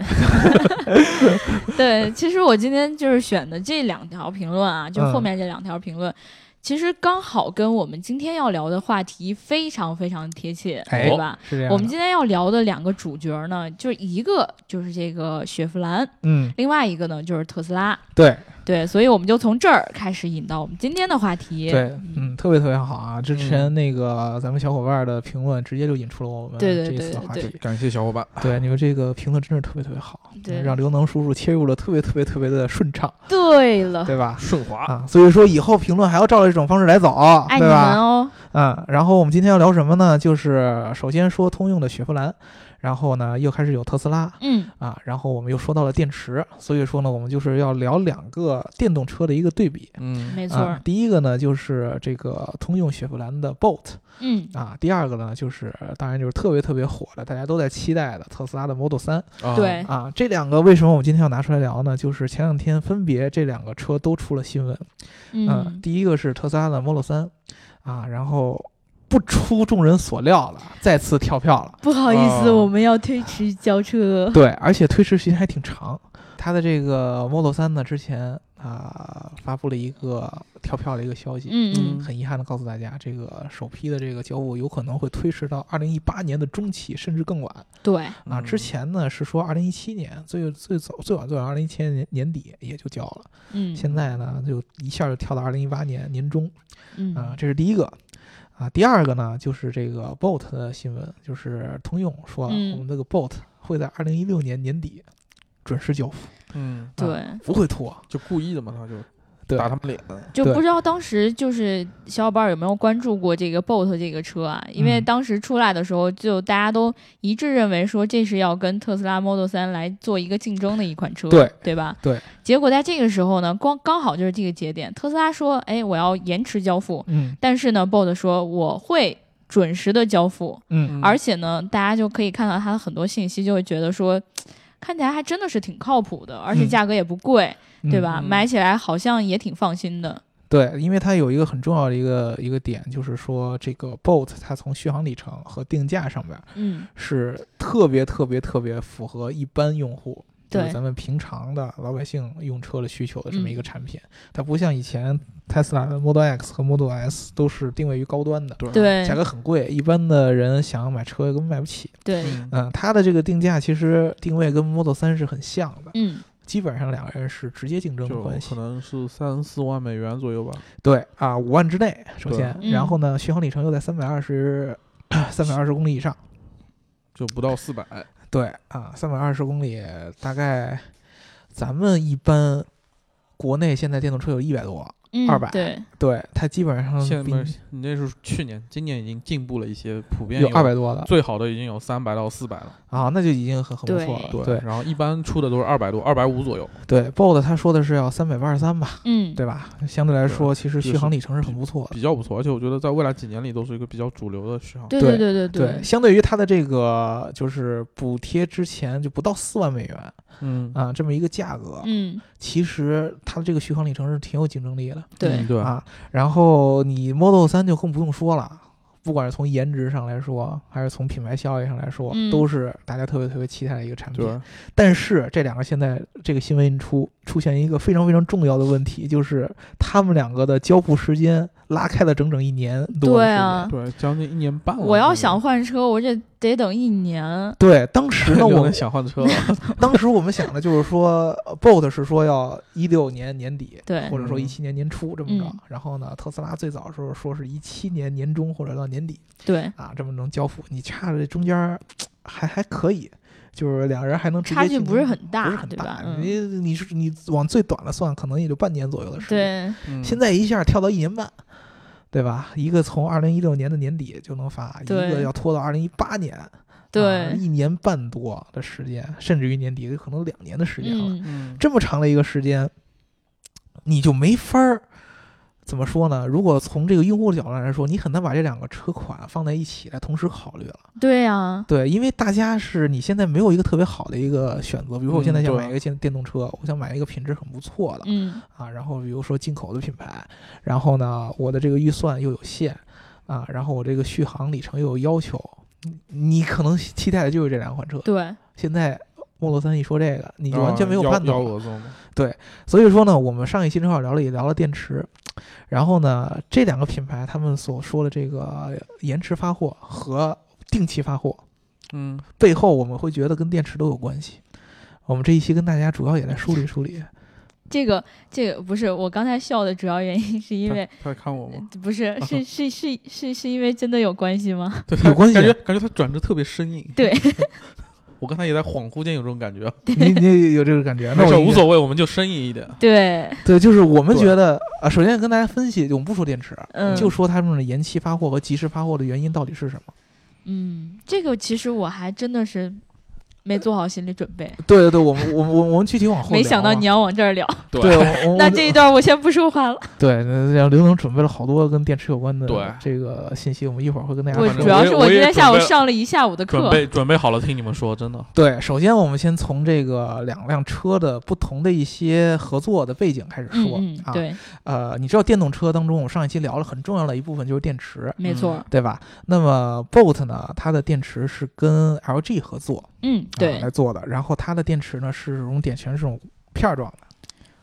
[SPEAKER 1] 对，其实我今天就是选的这两条评论啊，就后面这两条评论，其实刚好跟我们今天要聊的话题非常非常贴切，
[SPEAKER 2] 哎
[SPEAKER 1] 对吧？
[SPEAKER 2] 是这样的。
[SPEAKER 1] 我们今天要聊的两个主角呢，就是一个就是这个雪佛兰，
[SPEAKER 2] 嗯，
[SPEAKER 1] 另外一个呢就是特斯拉。
[SPEAKER 2] 对
[SPEAKER 1] 对，所以我们就从这儿开始引到我们今天的话题。
[SPEAKER 2] 对，嗯，特别特别好啊！之前那个咱们小伙伴的评论直接就引出了我们
[SPEAKER 1] 对
[SPEAKER 2] 这
[SPEAKER 1] 对
[SPEAKER 2] 一
[SPEAKER 1] 对
[SPEAKER 2] 次的话
[SPEAKER 1] 对
[SPEAKER 2] 题。
[SPEAKER 3] 感谢小 伙伴。
[SPEAKER 2] 对，你们这个评论真是特别特别好，嗯
[SPEAKER 1] 对
[SPEAKER 2] 让刘能叔叔切入了特别特别特别的顺畅，
[SPEAKER 1] 对了，
[SPEAKER 2] 对吧？
[SPEAKER 3] 顺滑，
[SPEAKER 2] 啊，所以说以后评论还要照着这种方式来走，
[SPEAKER 1] 爱你
[SPEAKER 2] 对吧
[SPEAKER 1] 们？哦。
[SPEAKER 2] 嗯，然后我们今天要聊什么呢？就是首先说通用的雪佛兰，然后呢又开始有特斯拉
[SPEAKER 1] 嗯，
[SPEAKER 2] 啊，然后我们又说到了电池，所以说呢，我们就是要聊两个电动车的一个对比。
[SPEAKER 3] 嗯，
[SPEAKER 1] 没错
[SPEAKER 2] 啊
[SPEAKER 1] 儿，。
[SPEAKER 2] 第一个呢就是这个通用雪佛兰的 Bolt
[SPEAKER 1] 嗯，
[SPEAKER 2] 啊，第二个呢就是当然就是特别特别火的，大家都在期待的特斯拉的 Model 3
[SPEAKER 3] 啊
[SPEAKER 1] 对
[SPEAKER 2] 啊。这两个为什么我们今天要拿出来聊呢？就是前两天分别这两个车都出了新闻，嗯，
[SPEAKER 1] 嗯，
[SPEAKER 2] 第一个是特斯拉的 Model 3啊，然后不出众人所料了，再次跳票了。
[SPEAKER 1] 不好
[SPEAKER 3] 意
[SPEAKER 2] 呃
[SPEAKER 3] 思哦我
[SPEAKER 1] 们要推迟交 车。
[SPEAKER 2] 对，而且推迟时间还挺长。它的这个 Model 3呢，之前啊、发布了一个跳票的一个消息，
[SPEAKER 1] 嗯嗯，
[SPEAKER 2] 很遗憾的告诉大家，这个首批的这个交付有可能会推迟到二零一八年的中期，甚至更晚
[SPEAKER 1] 对，
[SPEAKER 3] 嗯
[SPEAKER 2] 啊。之前呢是说二零一七年最最早最晚最晚二零一七年年底也就交了，
[SPEAKER 1] 嗯，
[SPEAKER 2] 现在呢就一下就跳到二零一八年年中。
[SPEAKER 1] 嗯
[SPEAKER 2] 啊，这是第一个。啊，第二个呢，就是这个 Bolt 的新闻，就是通用说了，
[SPEAKER 1] 嗯
[SPEAKER 2] 我们这个 Bolt 会在二零一六年年底准时交付，
[SPEAKER 3] 嗯，
[SPEAKER 1] 对，
[SPEAKER 2] 不会拖。
[SPEAKER 3] 就故意的嘛，他就
[SPEAKER 2] 对，
[SPEAKER 3] 打他们脸，
[SPEAKER 1] 就
[SPEAKER 2] 对
[SPEAKER 1] 不知道当时就是小伙伴有没有关注过这个 Boat 这个车啊？因为
[SPEAKER 2] 嗯
[SPEAKER 1] 当时出来的时候，就大家都一致认为说这是要跟特斯拉 Model 3来做一个竞争的一款车，
[SPEAKER 2] 对
[SPEAKER 1] 对吧？
[SPEAKER 2] 对。
[SPEAKER 1] 结果在这个时候呢，光刚好就是这个节点，特斯拉说：“哎，我要延迟交付。”
[SPEAKER 2] 嗯
[SPEAKER 1] 但是呢，Boat 说我会准时的交付，
[SPEAKER 2] 嗯
[SPEAKER 1] 而且呢，大家就可以看到它的很多信息，就会觉得说，看起来还真的是挺靠谱的，而且价格也不贵，
[SPEAKER 2] 嗯
[SPEAKER 1] 对吧？
[SPEAKER 3] 嗯
[SPEAKER 1] 买起来好像也挺放心的。
[SPEAKER 2] 对，因为它有一个很重要的一个一个点，就是说这个 Bolt 它从续航里程和定价上面
[SPEAKER 1] 嗯，
[SPEAKER 2] 是特别特别特别符合一般用户，就是
[SPEAKER 1] 对
[SPEAKER 2] 咱们平常的老百姓用车的需求的这么一
[SPEAKER 1] 嗯
[SPEAKER 2] 个产品。它不像以前 Tesla 的 Model X 和 Model S 都是定位于高端的，
[SPEAKER 3] 对
[SPEAKER 1] 对
[SPEAKER 2] 价格很贵，一般的人想要买车根本买不起。
[SPEAKER 1] 对，
[SPEAKER 2] 嗯，它的这个定价其实定位跟 Model 3是很像的，
[SPEAKER 1] 嗯，
[SPEAKER 2] 基本上两个人是直接竞争的
[SPEAKER 3] 就
[SPEAKER 2] 关
[SPEAKER 3] 可
[SPEAKER 2] 系。
[SPEAKER 3] 能是三四万美元左右吧，
[SPEAKER 2] 对啊，五万之内，首
[SPEAKER 3] 对
[SPEAKER 2] 先，
[SPEAKER 1] 嗯
[SPEAKER 2] 然后呢，续航里程又在三百二十。 三百二十公里以上，
[SPEAKER 3] 就不到四百。
[SPEAKER 2] 对啊，三百二十公里，大概咱们一般国内现在电动车有一百多，
[SPEAKER 1] 嗯，
[SPEAKER 2] 200
[SPEAKER 1] 对，
[SPEAKER 2] 对，它基本上
[SPEAKER 3] 现在
[SPEAKER 2] 比
[SPEAKER 3] 不是你那是去年，今年已经进步了一些，普遍
[SPEAKER 2] 有二百多的
[SPEAKER 3] 最好的已经有三百到四百了。
[SPEAKER 2] 啊，那就已经很很不错了。对
[SPEAKER 3] 然后一般出的都是二百多、二百五左右。
[SPEAKER 2] 对，BOT 它说的是要三百八十三吧，
[SPEAKER 1] 嗯，
[SPEAKER 2] 对吧？相对来说，其实续航里程是很不错的。
[SPEAKER 3] 比较不错，而且我觉得在未来几年里都是一个比较主流的市场。
[SPEAKER 1] 对
[SPEAKER 2] 对
[SPEAKER 1] 对对
[SPEAKER 2] 对，相对于它的这个就是补贴之前就不到四万美元
[SPEAKER 3] 嗯
[SPEAKER 2] 啊，这么一个价格，
[SPEAKER 1] 嗯，
[SPEAKER 2] 其实它的这个续航里程是挺有竞争力的。
[SPEAKER 1] 对
[SPEAKER 3] 嗯，对，
[SPEAKER 2] 啊，然后你 Model 3就更不用说了，不管是从颜值上来说，还是从品牌效益上来说，
[SPEAKER 1] 嗯
[SPEAKER 2] 都是大家特别特别期待的一个产品。
[SPEAKER 3] 对，
[SPEAKER 2] 但是这两个现在这个新闻一出，出现一个非常非常重要的问题，就是他们两个的交付时间拉开了整整一年
[SPEAKER 1] 对
[SPEAKER 2] 多的时间。
[SPEAKER 1] 啊
[SPEAKER 3] 对，将近一年半了。
[SPEAKER 1] 我要
[SPEAKER 3] 感觉
[SPEAKER 1] 想换车，我这得等一年。
[SPEAKER 2] 对，当 时呢，
[SPEAKER 3] 有
[SPEAKER 2] 我
[SPEAKER 3] 人想换车了，
[SPEAKER 2] 当时我们想的就是说，Bolt 是说要一六年年底，
[SPEAKER 1] 对
[SPEAKER 2] 或者说一七年年初这么着。
[SPEAKER 1] 嗯
[SPEAKER 2] 然后呢，特斯拉最早的时候说是一七年年中或者到年底
[SPEAKER 1] 对，
[SPEAKER 2] 啊，这么能交付。你差这中间儿还还可以，就是两人还能直接
[SPEAKER 1] 差距
[SPEAKER 2] 进
[SPEAKER 1] 不是
[SPEAKER 2] 行
[SPEAKER 1] 很
[SPEAKER 2] 不
[SPEAKER 1] 大
[SPEAKER 2] 是，很
[SPEAKER 1] 对
[SPEAKER 2] 大
[SPEAKER 1] 吧？。嗯，
[SPEAKER 2] 你你是你往最短了算，可能也就半年左右的时间。
[SPEAKER 1] 对，
[SPEAKER 3] 嗯
[SPEAKER 2] 现在一下跳到一年半，对吧？一个从二零一六年的年底就能发，一个
[SPEAKER 1] 对
[SPEAKER 2] 要拖到二零一八年，啊
[SPEAKER 1] 对，
[SPEAKER 2] 一年半多的时间，甚至于年底有可能两年的时间了。
[SPEAKER 1] 嗯，
[SPEAKER 3] 嗯
[SPEAKER 2] 这么长的一个时间，你就没法儿。怎么说呢？如果从这个用户的角度上来说，你很难把这两个车款放在一起来同时考虑了。
[SPEAKER 1] 对啊呀，
[SPEAKER 2] 对，因为大家是你现在没有一个特别好的一个选择。比如说，我现
[SPEAKER 3] 嗯
[SPEAKER 2] 在想
[SPEAKER 3] 对
[SPEAKER 2] 买一个电电动车，我想买一个品质很不错的
[SPEAKER 1] 嗯，
[SPEAKER 2] 啊，然后比如说进口的品牌，然后呢，我的这个预算又有限啊，然后我这个续航里程又有要求，你你可能期待的就是这两款车。
[SPEAKER 1] 对，
[SPEAKER 2] 现在 Model 3一说这个，你就完全没有
[SPEAKER 3] 啊
[SPEAKER 2] 判
[SPEAKER 3] 幺
[SPEAKER 2] 断
[SPEAKER 3] 幺
[SPEAKER 2] 了。
[SPEAKER 3] 蛾子嘛
[SPEAKER 2] 所以说呢，我们上一期正好聊了也聊了电池，然后呢，这两个品牌他们所说的这个延迟发货和定期发货，
[SPEAKER 3] 嗯，
[SPEAKER 2] 背后我们会觉得跟电池都有关系。我们这一期跟大家主要也来梳理梳 理，
[SPEAKER 1] 这个这个不是我刚才笑的主要原因，是因为
[SPEAKER 3] 他他看我吗？
[SPEAKER 1] 不是
[SPEAKER 2] 啊
[SPEAKER 1] 是是是是是因为真的有关系吗？
[SPEAKER 3] 对，
[SPEAKER 2] 有关系啊
[SPEAKER 3] 感觉感觉他转折特别生硬。
[SPEAKER 1] 对，
[SPEAKER 3] 我刚才也在恍惚间有这种感觉，
[SPEAKER 2] 你你 有这个感觉？啊那
[SPEAKER 3] 没事
[SPEAKER 2] 我
[SPEAKER 3] 无所谓，我们就生硬一点。
[SPEAKER 1] 对，
[SPEAKER 2] 对，就是我们觉得啊，首先跟大家分析，我们不说电池，
[SPEAKER 1] 嗯，
[SPEAKER 2] 就说他们的延期发货和及时发货的原因到底是什么。
[SPEAKER 1] 嗯，这个其实我还真的是没做好心理准备，
[SPEAKER 2] 对对对，我们我们我们我们具体往后啊
[SPEAKER 1] 没想到你
[SPEAKER 2] 要
[SPEAKER 1] 要往这儿聊，
[SPEAKER 2] 对，我我
[SPEAKER 1] 那这一段我先不说话了。
[SPEAKER 2] 对，那让刘能准备了好多跟电池有关的
[SPEAKER 3] 对
[SPEAKER 2] 这个信息，我们一会儿会跟大家
[SPEAKER 1] 我
[SPEAKER 2] 分享
[SPEAKER 1] 主要
[SPEAKER 3] 我也
[SPEAKER 1] 是
[SPEAKER 3] 我
[SPEAKER 1] 今
[SPEAKER 3] 也
[SPEAKER 1] 天下午
[SPEAKER 3] 准备
[SPEAKER 1] 上了一下午 的
[SPEAKER 3] 准
[SPEAKER 1] 课，
[SPEAKER 3] 备准备好了听你们说，真的。
[SPEAKER 2] 对，首先我们先从这个两辆车的不同的一些合作的背景开始说、
[SPEAKER 1] 嗯嗯，
[SPEAKER 2] 啊。
[SPEAKER 1] 对，
[SPEAKER 2] 呃，你知道电动车当中，我们上一期聊了很重要的一部分就是电池，
[SPEAKER 1] 没错，
[SPEAKER 2] 对吧？那么 Boat 呢，它的电池是跟 LG 合作、
[SPEAKER 1] 嗯，
[SPEAKER 2] 啊、
[SPEAKER 1] 对
[SPEAKER 2] 来，做的，然后它的电池呢是这种点全是这种片儿状的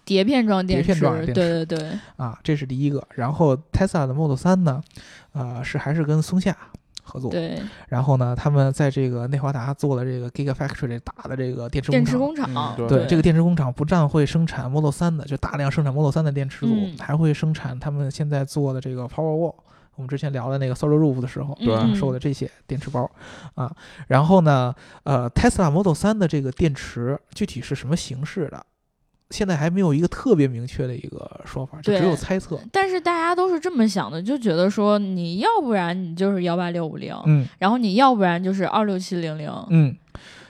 [SPEAKER 1] 碟片装电
[SPEAKER 2] 碟片
[SPEAKER 1] 池，
[SPEAKER 2] 状的
[SPEAKER 1] 对
[SPEAKER 2] 电
[SPEAKER 1] 对对，
[SPEAKER 2] 啊，这是第一个。然后 Tesla 的 Model 3呢，呃，是还是跟松下合作，
[SPEAKER 1] 对，
[SPEAKER 2] 然后呢，他们在这个内华达做了这个 Gigafactory 这大的这个电池
[SPEAKER 1] 电
[SPEAKER 2] 工
[SPEAKER 1] 池
[SPEAKER 2] 厂。
[SPEAKER 1] 工厂，
[SPEAKER 3] 嗯
[SPEAKER 2] 对这个电池工厂不但会生产 Model 3的，就大量生产 Model 3的电池组，
[SPEAKER 1] 嗯
[SPEAKER 2] 还会生产他们现在做的这个 Powerwall。我们之前聊的那个 Solar Roof 的时候，
[SPEAKER 1] 嗯嗯
[SPEAKER 2] 啊说的这些电池包啊。然后呢，呃，Tesla Model 3的这个电池具体是什么形式的，现在还没有一个特别明确的一个说法，就只
[SPEAKER 1] 对
[SPEAKER 2] 有猜测。
[SPEAKER 1] 但是大家都是这么想的，就觉得说你要不然你就是幺八六五零，
[SPEAKER 2] 嗯
[SPEAKER 1] 然后你要不然就是二六七零零，
[SPEAKER 2] 嗯，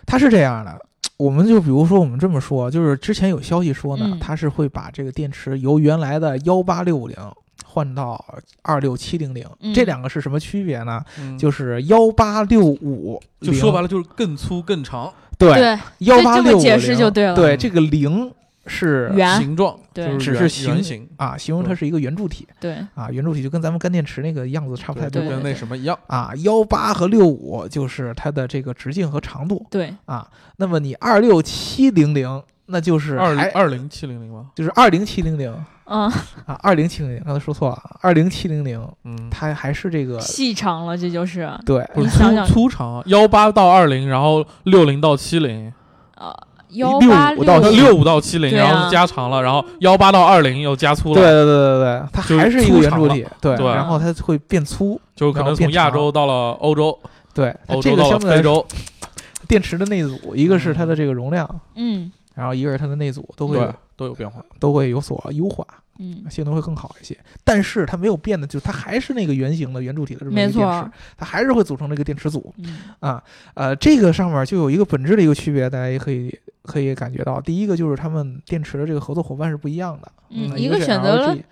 [SPEAKER 2] 它是这样的。我们就比如说，我们这么说，就是之前有消息说呢
[SPEAKER 1] 嗯，
[SPEAKER 2] 它是会把这个电池由原来的幺八六五零换到二六七零零
[SPEAKER 1] 嗯，
[SPEAKER 2] 这两个是什么区别呢？
[SPEAKER 3] 嗯
[SPEAKER 2] 就是幺八六五，
[SPEAKER 3] 就说白了就是更粗更长，
[SPEAKER 2] 对，
[SPEAKER 1] 对
[SPEAKER 2] 幺八
[SPEAKER 1] 这
[SPEAKER 2] 六
[SPEAKER 1] 么
[SPEAKER 2] 五
[SPEAKER 1] 解释就
[SPEAKER 2] 零，
[SPEAKER 1] 对了，
[SPEAKER 2] 对，这个零是
[SPEAKER 1] 圆，
[SPEAKER 3] 形状
[SPEAKER 1] 对
[SPEAKER 3] 就
[SPEAKER 2] 只
[SPEAKER 3] 圆
[SPEAKER 2] 是
[SPEAKER 3] 圆
[SPEAKER 2] 形
[SPEAKER 3] 形，
[SPEAKER 2] 啊，形容它是一个圆柱体
[SPEAKER 1] 对
[SPEAKER 2] 啊，圆柱体就跟咱们干电池那个样子差不太
[SPEAKER 3] 对，
[SPEAKER 2] 多
[SPEAKER 3] 就
[SPEAKER 1] 对
[SPEAKER 3] 跟那什么一样。
[SPEAKER 2] 啊。幺八和六五就是它的这个直径和长度
[SPEAKER 1] 对，
[SPEAKER 2] 啊，那么你二六七零零，那就是
[SPEAKER 3] 二零
[SPEAKER 2] 还
[SPEAKER 3] 二零七零零吗？
[SPEAKER 2] 就是二零七零零
[SPEAKER 1] 嗯，
[SPEAKER 2] 啊，二零七零零，刚才说错了，啊二零七零零，
[SPEAKER 3] 嗯，
[SPEAKER 2] 它还是这个
[SPEAKER 1] 细长了，这就是
[SPEAKER 2] 对
[SPEAKER 3] 不
[SPEAKER 1] 你
[SPEAKER 3] 是
[SPEAKER 1] 想想
[SPEAKER 3] 粗粗长，幺八到二零，然后六零到七零，哦
[SPEAKER 1] 呃幺八
[SPEAKER 2] 65到
[SPEAKER 1] 六
[SPEAKER 3] 六五到七零，
[SPEAKER 1] 哦对啊
[SPEAKER 3] 然后是加长了，然后幺八到二零又加粗
[SPEAKER 2] 对
[SPEAKER 3] 了，
[SPEAKER 2] 对对对对，它
[SPEAKER 3] 就是
[SPEAKER 2] 还是一个
[SPEAKER 3] 粗
[SPEAKER 2] 圆
[SPEAKER 3] 长
[SPEAKER 2] 柱
[SPEAKER 3] 了
[SPEAKER 2] 体，对，
[SPEAKER 3] 对啊
[SPEAKER 2] 然后它会变粗，
[SPEAKER 3] 就可能从亚洲到了欧洲，
[SPEAKER 2] 对，它
[SPEAKER 3] 欧
[SPEAKER 2] 哎这
[SPEAKER 3] 洲哦
[SPEAKER 2] 个
[SPEAKER 3] 到
[SPEAKER 2] 相
[SPEAKER 3] 了
[SPEAKER 2] 对来
[SPEAKER 3] 非
[SPEAKER 2] 说，
[SPEAKER 3] 洲，
[SPEAKER 2] 电池的内阻，一个是它的这个容量，
[SPEAKER 1] 嗯
[SPEAKER 2] 然后一个是它的内阻，都会
[SPEAKER 3] 对都有变化。
[SPEAKER 2] 都会有所优化，
[SPEAKER 1] 嗯，
[SPEAKER 2] 性能会更好一些。但是它没有变的，就它还是那个圆形的原主体的这么一
[SPEAKER 1] 没
[SPEAKER 2] 个
[SPEAKER 1] 错
[SPEAKER 2] 电池
[SPEAKER 1] 儿，，
[SPEAKER 2] 它还是会组成这个电池组。
[SPEAKER 1] 嗯
[SPEAKER 2] 呃，这个上面就有一个本质的一个区别，大家也可以可以感觉到。第一个就是他们电池的这个合作伙伴是不一样的，
[SPEAKER 1] 嗯
[SPEAKER 2] 呃
[SPEAKER 1] 一
[SPEAKER 2] 一
[SPEAKER 1] 个
[SPEAKER 2] 是
[SPEAKER 1] 选择了
[SPEAKER 2] LG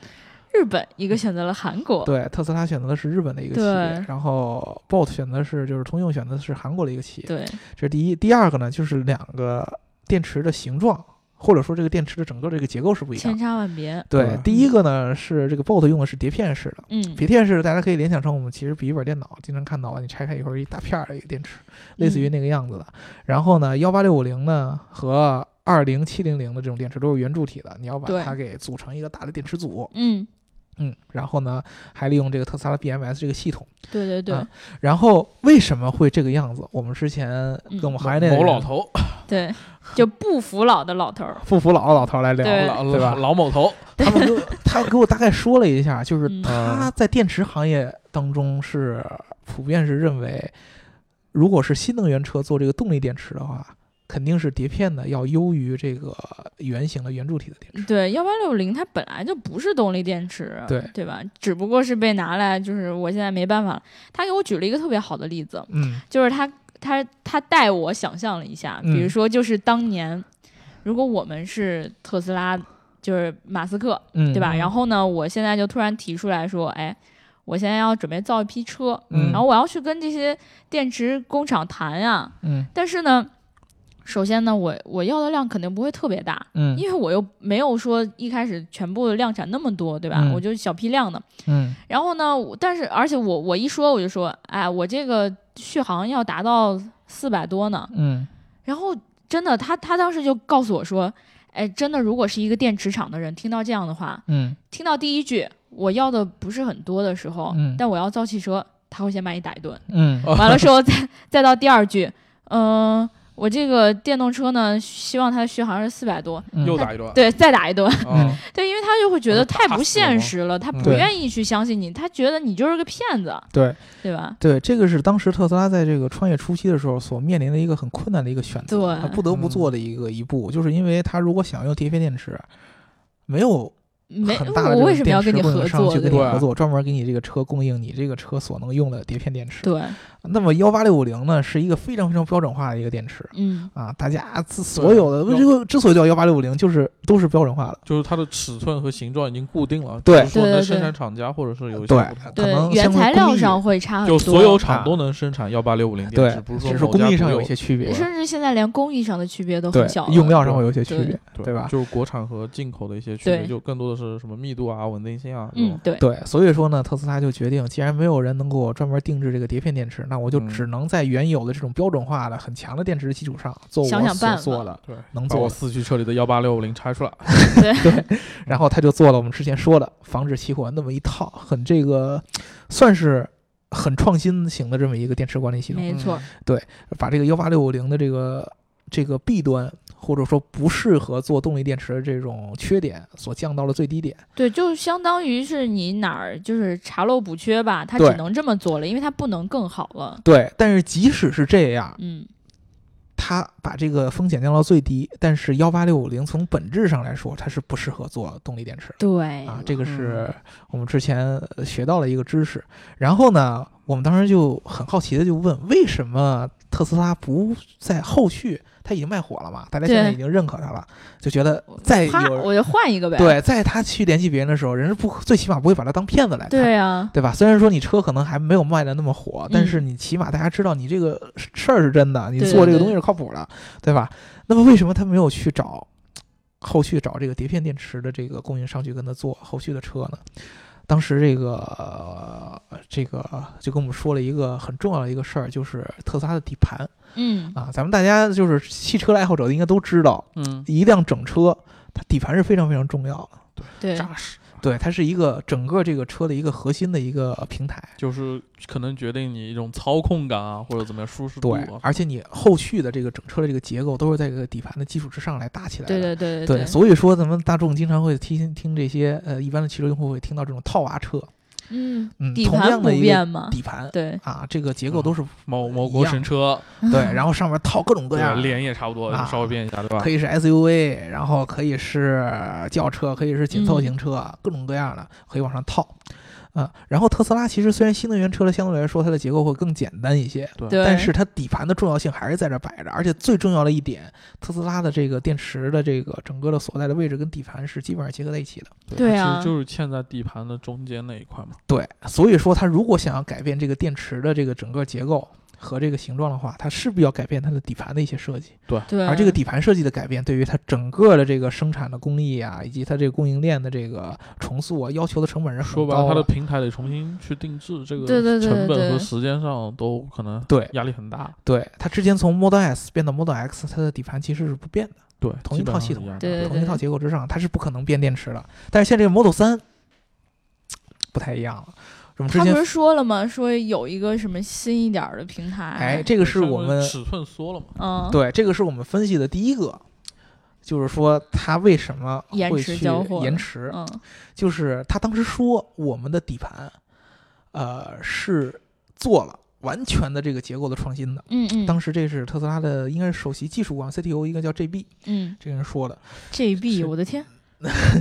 [SPEAKER 1] 日本，一个选择了韩国，
[SPEAKER 2] 对，特斯拉选择的是日本的一个企
[SPEAKER 1] 对
[SPEAKER 2] 业，然后 Boat 选择的是就是通用选择的是韩国的一个企业，
[SPEAKER 1] 对
[SPEAKER 2] 这是第一。第二个呢，就是两个电池的形状，或者说这个电池的整个这个结构是不一样
[SPEAKER 1] 千
[SPEAKER 2] 的。
[SPEAKER 1] 差万别，
[SPEAKER 2] 对
[SPEAKER 3] 对，
[SPEAKER 2] 第一个呢是这个 Boat 用的是碟片式的，
[SPEAKER 1] 嗯，
[SPEAKER 2] 碟片式的大家可以联想成我们其实笔记本电脑经常看到，啊你拆开以后是一大片儿的一个电池，类
[SPEAKER 1] 嗯
[SPEAKER 2] 似于那个样子的。然后呢，幺八六五零呢和二零七零零的这种电池都是圆柱体的，你要把
[SPEAKER 1] 对
[SPEAKER 2] 它给组成一个大的电池组。
[SPEAKER 1] 嗯，
[SPEAKER 2] 嗯，然后呢，还利用这个特斯拉 BMS 这个系统。
[SPEAKER 1] 对对对
[SPEAKER 2] 啊然后为什么会这个样子？我们之前跟
[SPEAKER 1] 嗯
[SPEAKER 2] 我们行业内的
[SPEAKER 3] 某
[SPEAKER 2] 人
[SPEAKER 3] 老头，
[SPEAKER 1] 对，就不服老的老头儿，
[SPEAKER 2] 不服老老头来聊
[SPEAKER 1] 对
[SPEAKER 3] 老
[SPEAKER 2] 了，对吧
[SPEAKER 3] 老老某头，
[SPEAKER 2] 他们给我他给我大概说了一下，就是
[SPEAKER 1] 嗯
[SPEAKER 2] 他在电池行业当中是普遍是认为，如果是新能源车做这个动力电池的话，肯定是碟片的要优于这个圆形的圆柱体的电池。
[SPEAKER 1] 对，幺八六零它本来就不是动力电池，
[SPEAKER 2] 对
[SPEAKER 1] 对吧？只不过是被拿来，就是我现在没办法了。他给我举了一个特别好的例子，
[SPEAKER 2] 嗯
[SPEAKER 1] 就是他他他带我想象了一下，
[SPEAKER 2] 嗯
[SPEAKER 1] 比如说就是当年，如果我们是特斯拉，就是马斯克，
[SPEAKER 2] 嗯，
[SPEAKER 1] 对吧？然后呢，我现在就突然提出来说，哎，我现在要准备造一批车，
[SPEAKER 2] 嗯
[SPEAKER 1] 然后我要去跟这些电池工厂谈呀、
[SPEAKER 2] 嗯
[SPEAKER 1] 但是呢，首先呢，我我要的量肯定不会特别大，
[SPEAKER 2] 嗯
[SPEAKER 1] 因为我又没有说一开始全部量产那么多，对吧？
[SPEAKER 2] 嗯
[SPEAKER 1] 我就小批量的。
[SPEAKER 2] 嗯
[SPEAKER 1] 然后呢，我但是而且我我一说我就说，哎，我这个续航要达到四百多呢。
[SPEAKER 2] 嗯
[SPEAKER 1] 然后真的，他他当时就告诉我说，哎，真的，如果是一个电池厂的人听到这样的话，
[SPEAKER 2] 嗯
[SPEAKER 1] 听到第一句我要的不是很多的时候，
[SPEAKER 2] 嗯
[SPEAKER 1] 但我要造汽车，他会先把你打一顿。
[SPEAKER 2] 嗯
[SPEAKER 1] 完了之后再再到第二句，嗯、我这个电动车呢，希望它的续航是四百多，
[SPEAKER 2] 嗯，
[SPEAKER 3] 又打一 顿，
[SPEAKER 1] 对，再打 一顿，
[SPEAKER 3] 啊，
[SPEAKER 1] 对，因为他就会觉得
[SPEAKER 3] 呃
[SPEAKER 1] 太
[SPEAKER 3] 打
[SPEAKER 1] 不
[SPEAKER 3] 死
[SPEAKER 1] 现
[SPEAKER 3] 我
[SPEAKER 1] 实了，他不
[SPEAKER 2] 嗯对
[SPEAKER 1] 愿意去相信你，他觉得你就是个骗子，
[SPEAKER 2] 对。
[SPEAKER 1] 对吧？
[SPEAKER 2] 对，这个是当时特斯拉在这个创业初期的时候所面临的一个很困难的一个选择，
[SPEAKER 1] 对
[SPEAKER 2] 他啊不得不做的一个一步，就是因为他如果想用碟片电池，没有
[SPEAKER 1] 没，
[SPEAKER 2] 很大的
[SPEAKER 1] 我为
[SPEAKER 2] 这
[SPEAKER 1] 什
[SPEAKER 2] 种
[SPEAKER 1] 么要
[SPEAKER 2] 电
[SPEAKER 1] 跟
[SPEAKER 2] 池
[SPEAKER 1] 你
[SPEAKER 2] 供
[SPEAKER 1] 合
[SPEAKER 2] 应商
[SPEAKER 1] 作？
[SPEAKER 2] 去
[SPEAKER 1] 对
[SPEAKER 2] 跟你
[SPEAKER 1] 吧
[SPEAKER 3] 吧
[SPEAKER 2] 合作，专门给你这个车供应你这个车所能用的碟片电池。
[SPEAKER 1] 对，
[SPEAKER 2] 那么幺八六五零呢，是一个非常非常标准化的一个电池。
[SPEAKER 1] 嗯，
[SPEAKER 2] 啊，大家自
[SPEAKER 3] 对
[SPEAKER 2] 所有的
[SPEAKER 3] 要
[SPEAKER 2] 这个之所以叫幺八六五零，就是都是标准化的。
[SPEAKER 3] 就是它的尺寸和形状已经固定了，
[SPEAKER 2] 对
[SPEAKER 3] 只是说
[SPEAKER 1] 对对
[SPEAKER 3] 能
[SPEAKER 1] 对
[SPEAKER 3] 生产厂家或者是有一些
[SPEAKER 2] 对
[SPEAKER 3] 不同，
[SPEAKER 2] 可
[SPEAKER 1] 对
[SPEAKER 2] 能，
[SPEAKER 1] 原
[SPEAKER 2] 相关
[SPEAKER 1] 材
[SPEAKER 2] 工
[SPEAKER 1] 料
[SPEAKER 2] 艺
[SPEAKER 1] 上会差很多，
[SPEAKER 3] 就所有厂都能生产幺八六五零电
[SPEAKER 2] 对
[SPEAKER 3] 池，，不是
[SPEAKER 2] 只
[SPEAKER 3] 说
[SPEAKER 2] 是
[SPEAKER 3] 某家
[SPEAKER 2] 工艺上
[SPEAKER 3] 独
[SPEAKER 2] 有一些区别，
[SPEAKER 1] 甚至现在连工艺上的区别都
[SPEAKER 2] 对
[SPEAKER 1] 很小了，
[SPEAKER 2] 用料上会有一些区
[SPEAKER 1] 对
[SPEAKER 2] 别，
[SPEAKER 3] 对
[SPEAKER 2] 对吧？
[SPEAKER 3] 就是国产和进口的一些区别，
[SPEAKER 1] 对
[SPEAKER 3] 就更多的是什么密度啊、稳定性啊，这
[SPEAKER 1] 嗯
[SPEAKER 3] 种，
[SPEAKER 1] 对，
[SPEAKER 2] 对，所以说呢，特斯拉就决定，既然没有人能给我专门定制这个碟片电池，那我就
[SPEAKER 3] 嗯
[SPEAKER 2] 只能在原有的这种标准化的很强的电池的基础上，做我
[SPEAKER 1] 想想办
[SPEAKER 2] 所
[SPEAKER 1] 法
[SPEAKER 2] 做的。
[SPEAKER 3] 对，
[SPEAKER 2] 能
[SPEAKER 3] 把
[SPEAKER 2] 做
[SPEAKER 3] 我
[SPEAKER 2] 的
[SPEAKER 3] 四驱车里的幺八六五零拆出来，
[SPEAKER 2] 然后他就做了我们之前说的防止起火那么一套很这个，算是很创新型的这么一个电池管理系统，
[SPEAKER 1] 没错，
[SPEAKER 2] 把这个幺八六五零的这个这个弊端。或者说不适合做动力电池的这种缺点，所降到了最低点。
[SPEAKER 1] 对，就相当于是你哪儿就是查漏补缺吧，它
[SPEAKER 2] 对
[SPEAKER 1] 只能这么做了，因为它不能更好了。
[SPEAKER 2] 对，但是即使是这样，
[SPEAKER 1] 嗯，
[SPEAKER 2] 它把这个风险降到最低，但是幺八六五零从本质上来说，它是不适合做动力电池
[SPEAKER 1] 对，
[SPEAKER 2] 啊，这个是
[SPEAKER 1] 嗯
[SPEAKER 2] 我们之前呃学到了一个知识。然后呢，我们当时就很好奇的就问，为什么特斯拉不在后续它已经卖火了嘛？大家现在
[SPEAKER 1] 对
[SPEAKER 2] 已经认可它了，就觉得再
[SPEAKER 1] 啪，
[SPEAKER 2] 有
[SPEAKER 1] 我就换一个呗。
[SPEAKER 2] 对，在他去联系别人的时候，人是不最起码不会把它当骗子来看。
[SPEAKER 1] 对 啊，
[SPEAKER 2] 对吧？虽然说你车可能还没有卖的那么火，但是
[SPEAKER 1] 嗯
[SPEAKER 2] 你起码大家知道你这个事儿是真的，你
[SPEAKER 1] 对
[SPEAKER 2] 做
[SPEAKER 1] 对
[SPEAKER 2] 这个东西是靠谱的，对吧？那么为什么他没有去找后续找这个碟片电池的这个供应商去跟他做后续的车呢？当时这个、呃这个就跟我们说了一个很重要的一个事儿，就是特斯拉的底盘
[SPEAKER 1] 嗯，
[SPEAKER 2] 啊，咱们大家就是汽车爱好者应该都知道，
[SPEAKER 3] 嗯，
[SPEAKER 2] 一辆整车它底盘是非常非常重要的，
[SPEAKER 1] 对，
[SPEAKER 3] 扎实，
[SPEAKER 2] 对，它是一个整个这个车的一个核心的一个平台。
[SPEAKER 3] 就是可能决定你一种操控感啊，或者怎么样舒适度
[SPEAKER 2] 对
[SPEAKER 3] 啊，，
[SPEAKER 2] 而且你后续的这个整车的这个结构都是在这个底盘的基础之上来搭起来的。
[SPEAKER 1] 对对对
[SPEAKER 2] 对所以说咱们大众经常会听听这些呃，一般的汽车用户会听到这种套娃车，
[SPEAKER 1] 嗯，
[SPEAKER 2] 嗯，
[SPEAKER 1] 底
[SPEAKER 2] 同
[SPEAKER 1] 盘
[SPEAKER 2] 样
[SPEAKER 1] 不
[SPEAKER 2] 的一个
[SPEAKER 1] 变嘛，
[SPEAKER 2] 底盘
[SPEAKER 1] 对，
[SPEAKER 2] 啊，这个结构都是
[SPEAKER 3] 某某国神车，
[SPEAKER 2] 对，然后上面套各种各
[SPEAKER 3] 对
[SPEAKER 2] 样，
[SPEAKER 3] 脸也差不多，
[SPEAKER 2] 啊
[SPEAKER 3] 稍微变一下，对吧
[SPEAKER 2] 可？以是 SUV，然后可以是轿车，可以是
[SPEAKER 1] 嗯
[SPEAKER 2] 紧凑型车，各种各样的可以往上套。啊、然后特斯拉其实虽然新能源车的相对来说它的结构会更简单一些，
[SPEAKER 3] 对
[SPEAKER 1] 对，
[SPEAKER 2] 但是它底盘的重要性还是在这摆着，而且最重要的一点，特斯拉的这个电池的这个整个的所在的位置跟底盘是基本上结合在一起的。
[SPEAKER 1] 对
[SPEAKER 3] 它
[SPEAKER 1] 啊
[SPEAKER 3] 其实就是嵌在底盘的中间那一块嘛。
[SPEAKER 2] 对，所以说它如果想要改变这个电池的这个整个结构和这个形状的话，它势必要改变它的底盘的一些设计。
[SPEAKER 1] 对，
[SPEAKER 2] 而这个底盘设计的改变，对于它整个的这个生产的工艺啊，以及它这个供应链的这个重塑啊，要求的成本是
[SPEAKER 3] 说白
[SPEAKER 2] 很
[SPEAKER 3] 了，
[SPEAKER 2] 高
[SPEAKER 3] 它的
[SPEAKER 2] 的。
[SPEAKER 3] 平台得重新去定制，这个
[SPEAKER 1] 啊对对对
[SPEAKER 3] 成
[SPEAKER 1] 对
[SPEAKER 3] 本和时间上都可能
[SPEAKER 2] 对
[SPEAKER 3] 压力很大。
[SPEAKER 2] 对，它之前从 Model S 变到 Model X，它的底盘其实是不变的，
[SPEAKER 3] 对，
[SPEAKER 2] 同一
[SPEAKER 3] 基本上
[SPEAKER 2] 套
[SPEAKER 3] 是
[SPEAKER 2] 系统啊
[SPEAKER 3] 样的
[SPEAKER 1] 对对
[SPEAKER 2] 同一套结构之上，它是不可能变电池的。但是现在这个 Model 3不太一样了，我们之
[SPEAKER 1] 他
[SPEAKER 2] 前
[SPEAKER 1] 不是说了吗？说有一个什么新一点儿的平台，
[SPEAKER 2] 哎，这个是
[SPEAKER 3] 相
[SPEAKER 2] 我
[SPEAKER 3] 当于
[SPEAKER 2] 们
[SPEAKER 3] 尺寸缩 了嘛？
[SPEAKER 1] 嗯，
[SPEAKER 2] 对，这个是我们分析的第一个，就是说它为什么
[SPEAKER 1] 延
[SPEAKER 2] 会
[SPEAKER 1] 迟
[SPEAKER 2] 去
[SPEAKER 1] 交货
[SPEAKER 2] 延迟，
[SPEAKER 1] 嗯，
[SPEAKER 2] 就是他当时说我们的底盘，呃，是做了完全的这个结构的创新的。
[SPEAKER 1] 嗯嗯，
[SPEAKER 2] 当时这是特斯拉的，应该是首席技术官 CTO，一个叫 JB
[SPEAKER 1] 嗯
[SPEAKER 2] 这个人说的。
[SPEAKER 1] ，GB，
[SPEAKER 2] 是
[SPEAKER 1] 我的天，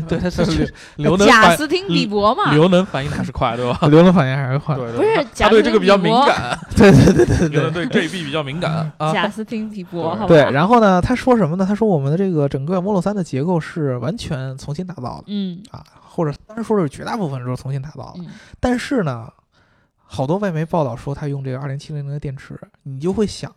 [SPEAKER 2] 对，他他
[SPEAKER 3] 刘 刘能
[SPEAKER 1] 贾
[SPEAKER 3] 反
[SPEAKER 1] 斯
[SPEAKER 2] 嗯
[SPEAKER 1] 汀比伯嘛，
[SPEAKER 3] 刘能反应还是快，对吧？
[SPEAKER 2] 哦刘能反应还是 快，
[SPEAKER 3] 对，
[SPEAKER 1] 不是
[SPEAKER 3] 他
[SPEAKER 1] 贾
[SPEAKER 3] 他对
[SPEAKER 1] 斯汀
[SPEAKER 3] 这个比较
[SPEAKER 1] 比
[SPEAKER 3] 敏
[SPEAKER 1] 伯
[SPEAKER 3] 感，
[SPEAKER 2] 对对对对
[SPEAKER 3] 刘能
[SPEAKER 2] 对
[SPEAKER 3] 对 JB 比较敏感 啊。
[SPEAKER 1] 贾斯汀比伯，
[SPEAKER 3] 对
[SPEAKER 1] 好吧，
[SPEAKER 2] 对。然后呢，他说什么呢？他说我们的这个整个 Model 3的结构是完全重新打造的
[SPEAKER 1] 嗯
[SPEAKER 2] 啊，或者当时说是绝大部分都是重新打造的。
[SPEAKER 1] 嗯，
[SPEAKER 2] 但是呢，好多外媒报道说他用这个二零七零零的电池，你就会想，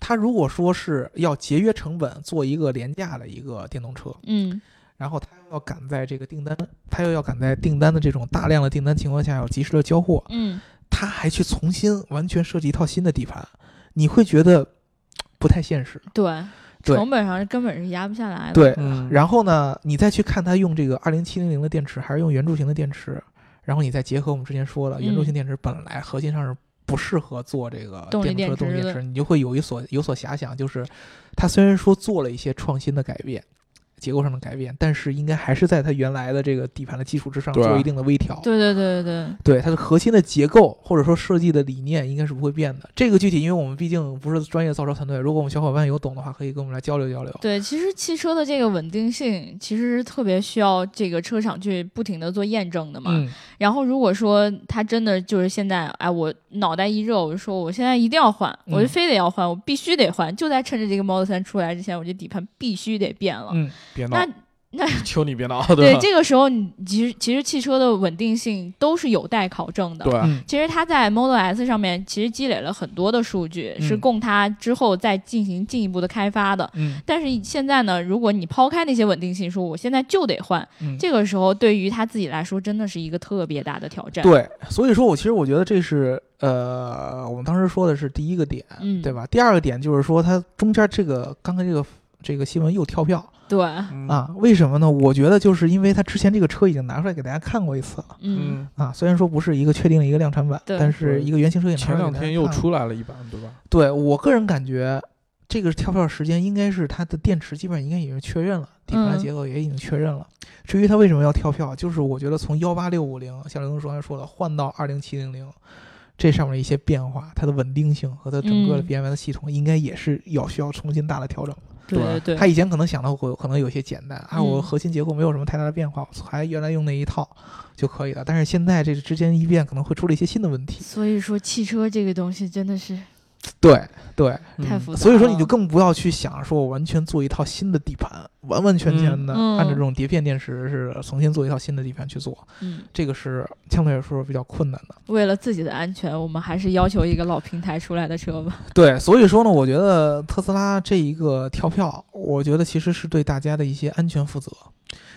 [SPEAKER 2] 他如果说是要节约成本做一个廉价的一个电动车，
[SPEAKER 1] 嗯
[SPEAKER 2] 然后他又要赶在这个订单，他又要赶在订单的这种大量的订单情况下要及时的交货，
[SPEAKER 1] 嗯，
[SPEAKER 2] 他还去重新完全设计一套新的底盘，你会觉得嘖不太现实。
[SPEAKER 1] 对，
[SPEAKER 2] 对
[SPEAKER 1] 成本上根本是压不下来的，，
[SPEAKER 2] 对，
[SPEAKER 3] 嗯，
[SPEAKER 2] 然后呢，你再去看它用这个二零七零零的电池，还是用圆柱形的电池，然后你再结合我们之前说的，圆柱
[SPEAKER 1] 嗯
[SPEAKER 2] 形电池本来核心上是不适合做这个
[SPEAKER 1] 动力
[SPEAKER 2] 电动车
[SPEAKER 1] 电
[SPEAKER 2] 动
[SPEAKER 1] 池
[SPEAKER 2] 力电
[SPEAKER 1] 的
[SPEAKER 2] 池，你就会有一所有所遐想，就是它虽然说做了一些创新的改变。结构上的改变，但是应该还是在它原来的这个底盘的基础之上
[SPEAKER 3] 对啊
[SPEAKER 2] 做一定的微调。
[SPEAKER 1] 对对对对
[SPEAKER 2] 对它的核心的结构或者说设计的理念应该是不会变的。这个具体，因为我们毕竟不是专业造车团队，如果我们小伙伴有懂的话，可以跟我们来交流交流。
[SPEAKER 1] 对，其实汽车的这个稳定性其实是特别需要这个车厂去不停的做验证的嘛，
[SPEAKER 2] 嗯，
[SPEAKER 1] 然后如果说他真的就是现在，哎，我脑袋一热，我就说我现在一定要换，
[SPEAKER 2] 嗯
[SPEAKER 1] 我就非得要换，我必须得换，就在趁着这个 Model 3出来之前，我这底盘必须得变了。
[SPEAKER 2] 嗯，
[SPEAKER 3] 别闹
[SPEAKER 1] 那，
[SPEAKER 3] 求你别闹，
[SPEAKER 1] 对
[SPEAKER 3] 吧？
[SPEAKER 1] 这个时候你，其实其实汽车的稳定性都是有待考证的。
[SPEAKER 3] 对，
[SPEAKER 2] 嗯，
[SPEAKER 1] 其实它在 Model S 上面其实积累了很多的数据，
[SPEAKER 2] 嗯
[SPEAKER 1] 是供它之后再进行进一步的开发的。
[SPEAKER 2] 嗯
[SPEAKER 1] 但是现在呢，如果你抛开那些稳定性说，我现在就得换，
[SPEAKER 2] 嗯，
[SPEAKER 1] 这个时候对于他自己来说，真的是一个特别大的挑战。，
[SPEAKER 2] 对，所以说我其实我觉得这是呃，我们当时说的是第一个点，
[SPEAKER 1] 嗯
[SPEAKER 2] 对吧？第二个点就是说它中间这个刚才这个这个新闻又跳票
[SPEAKER 1] 对，
[SPEAKER 3] 嗯，
[SPEAKER 2] 啊，为什么呢？我觉得就是因为它之前这个车已经拿出来给大家看过一次了
[SPEAKER 1] 嗯，
[SPEAKER 3] 嗯，
[SPEAKER 2] 啊，虽然说不是一个确定的一个量产版，
[SPEAKER 1] 对
[SPEAKER 2] 但是一个原型车也拿出
[SPEAKER 3] 前
[SPEAKER 2] 来
[SPEAKER 3] 两
[SPEAKER 2] 给大
[SPEAKER 3] 天
[SPEAKER 2] 家
[SPEAKER 3] 又
[SPEAKER 2] 看了。
[SPEAKER 3] 出来了一版，对吧？
[SPEAKER 2] 对我个人感觉。这个跳票时间应该是它的电池基本上应该已经确认了，底盘
[SPEAKER 1] 嗯
[SPEAKER 2] 的结构也已经确认了。至于它为什么要跳票，就是我觉得从幺八六五零，像刘东说还说了，换到二零七零零，这上面的一些变化，它的稳定性和它整个的
[SPEAKER 1] 嗯
[SPEAKER 2] BMS 系统应该也是要需要重新大的调整。
[SPEAKER 1] 对
[SPEAKER 3] 对
[SPEAKER 1] 对
[SPEAKER 2] 他以前可能想到过，可能有些简单啊，
[SPEAKER 1] 嗯
[SPEAKER 2] 我核心结构没有什么太大的变化，我还原来用那一套就可以了。但是现在这之间一变，可能会出了一些新的问题。
[SPEAKER 1] 所以说，汽车这个东西真的是
[SPEAKER 2] 对对，
[SPEAKER 1] 太
[SPEAKER 3] 嗯
[SPEAKER 1] 复杂了。
[SPEAKER 2] 所以说你就更不要去想说我完全做一套新的底盘，完完全全的
[SPEAKER 1] 嗯嗯
[SPEAKER 2] 按照这种碟片电池是重新做一套新的底盘去做，
[SPEAKER 1] 嗯，
[SPEAKER 2] 这个是相对来说比较困难的。
[SPEAKER 1] 为了自己的安全，我们还是要求一个老平台出来的车吧。
[SPEAKER 2] 对，所以说呢，我觉得特斯拉这一个跳票，我觉得其实是对大家的一些安全负责，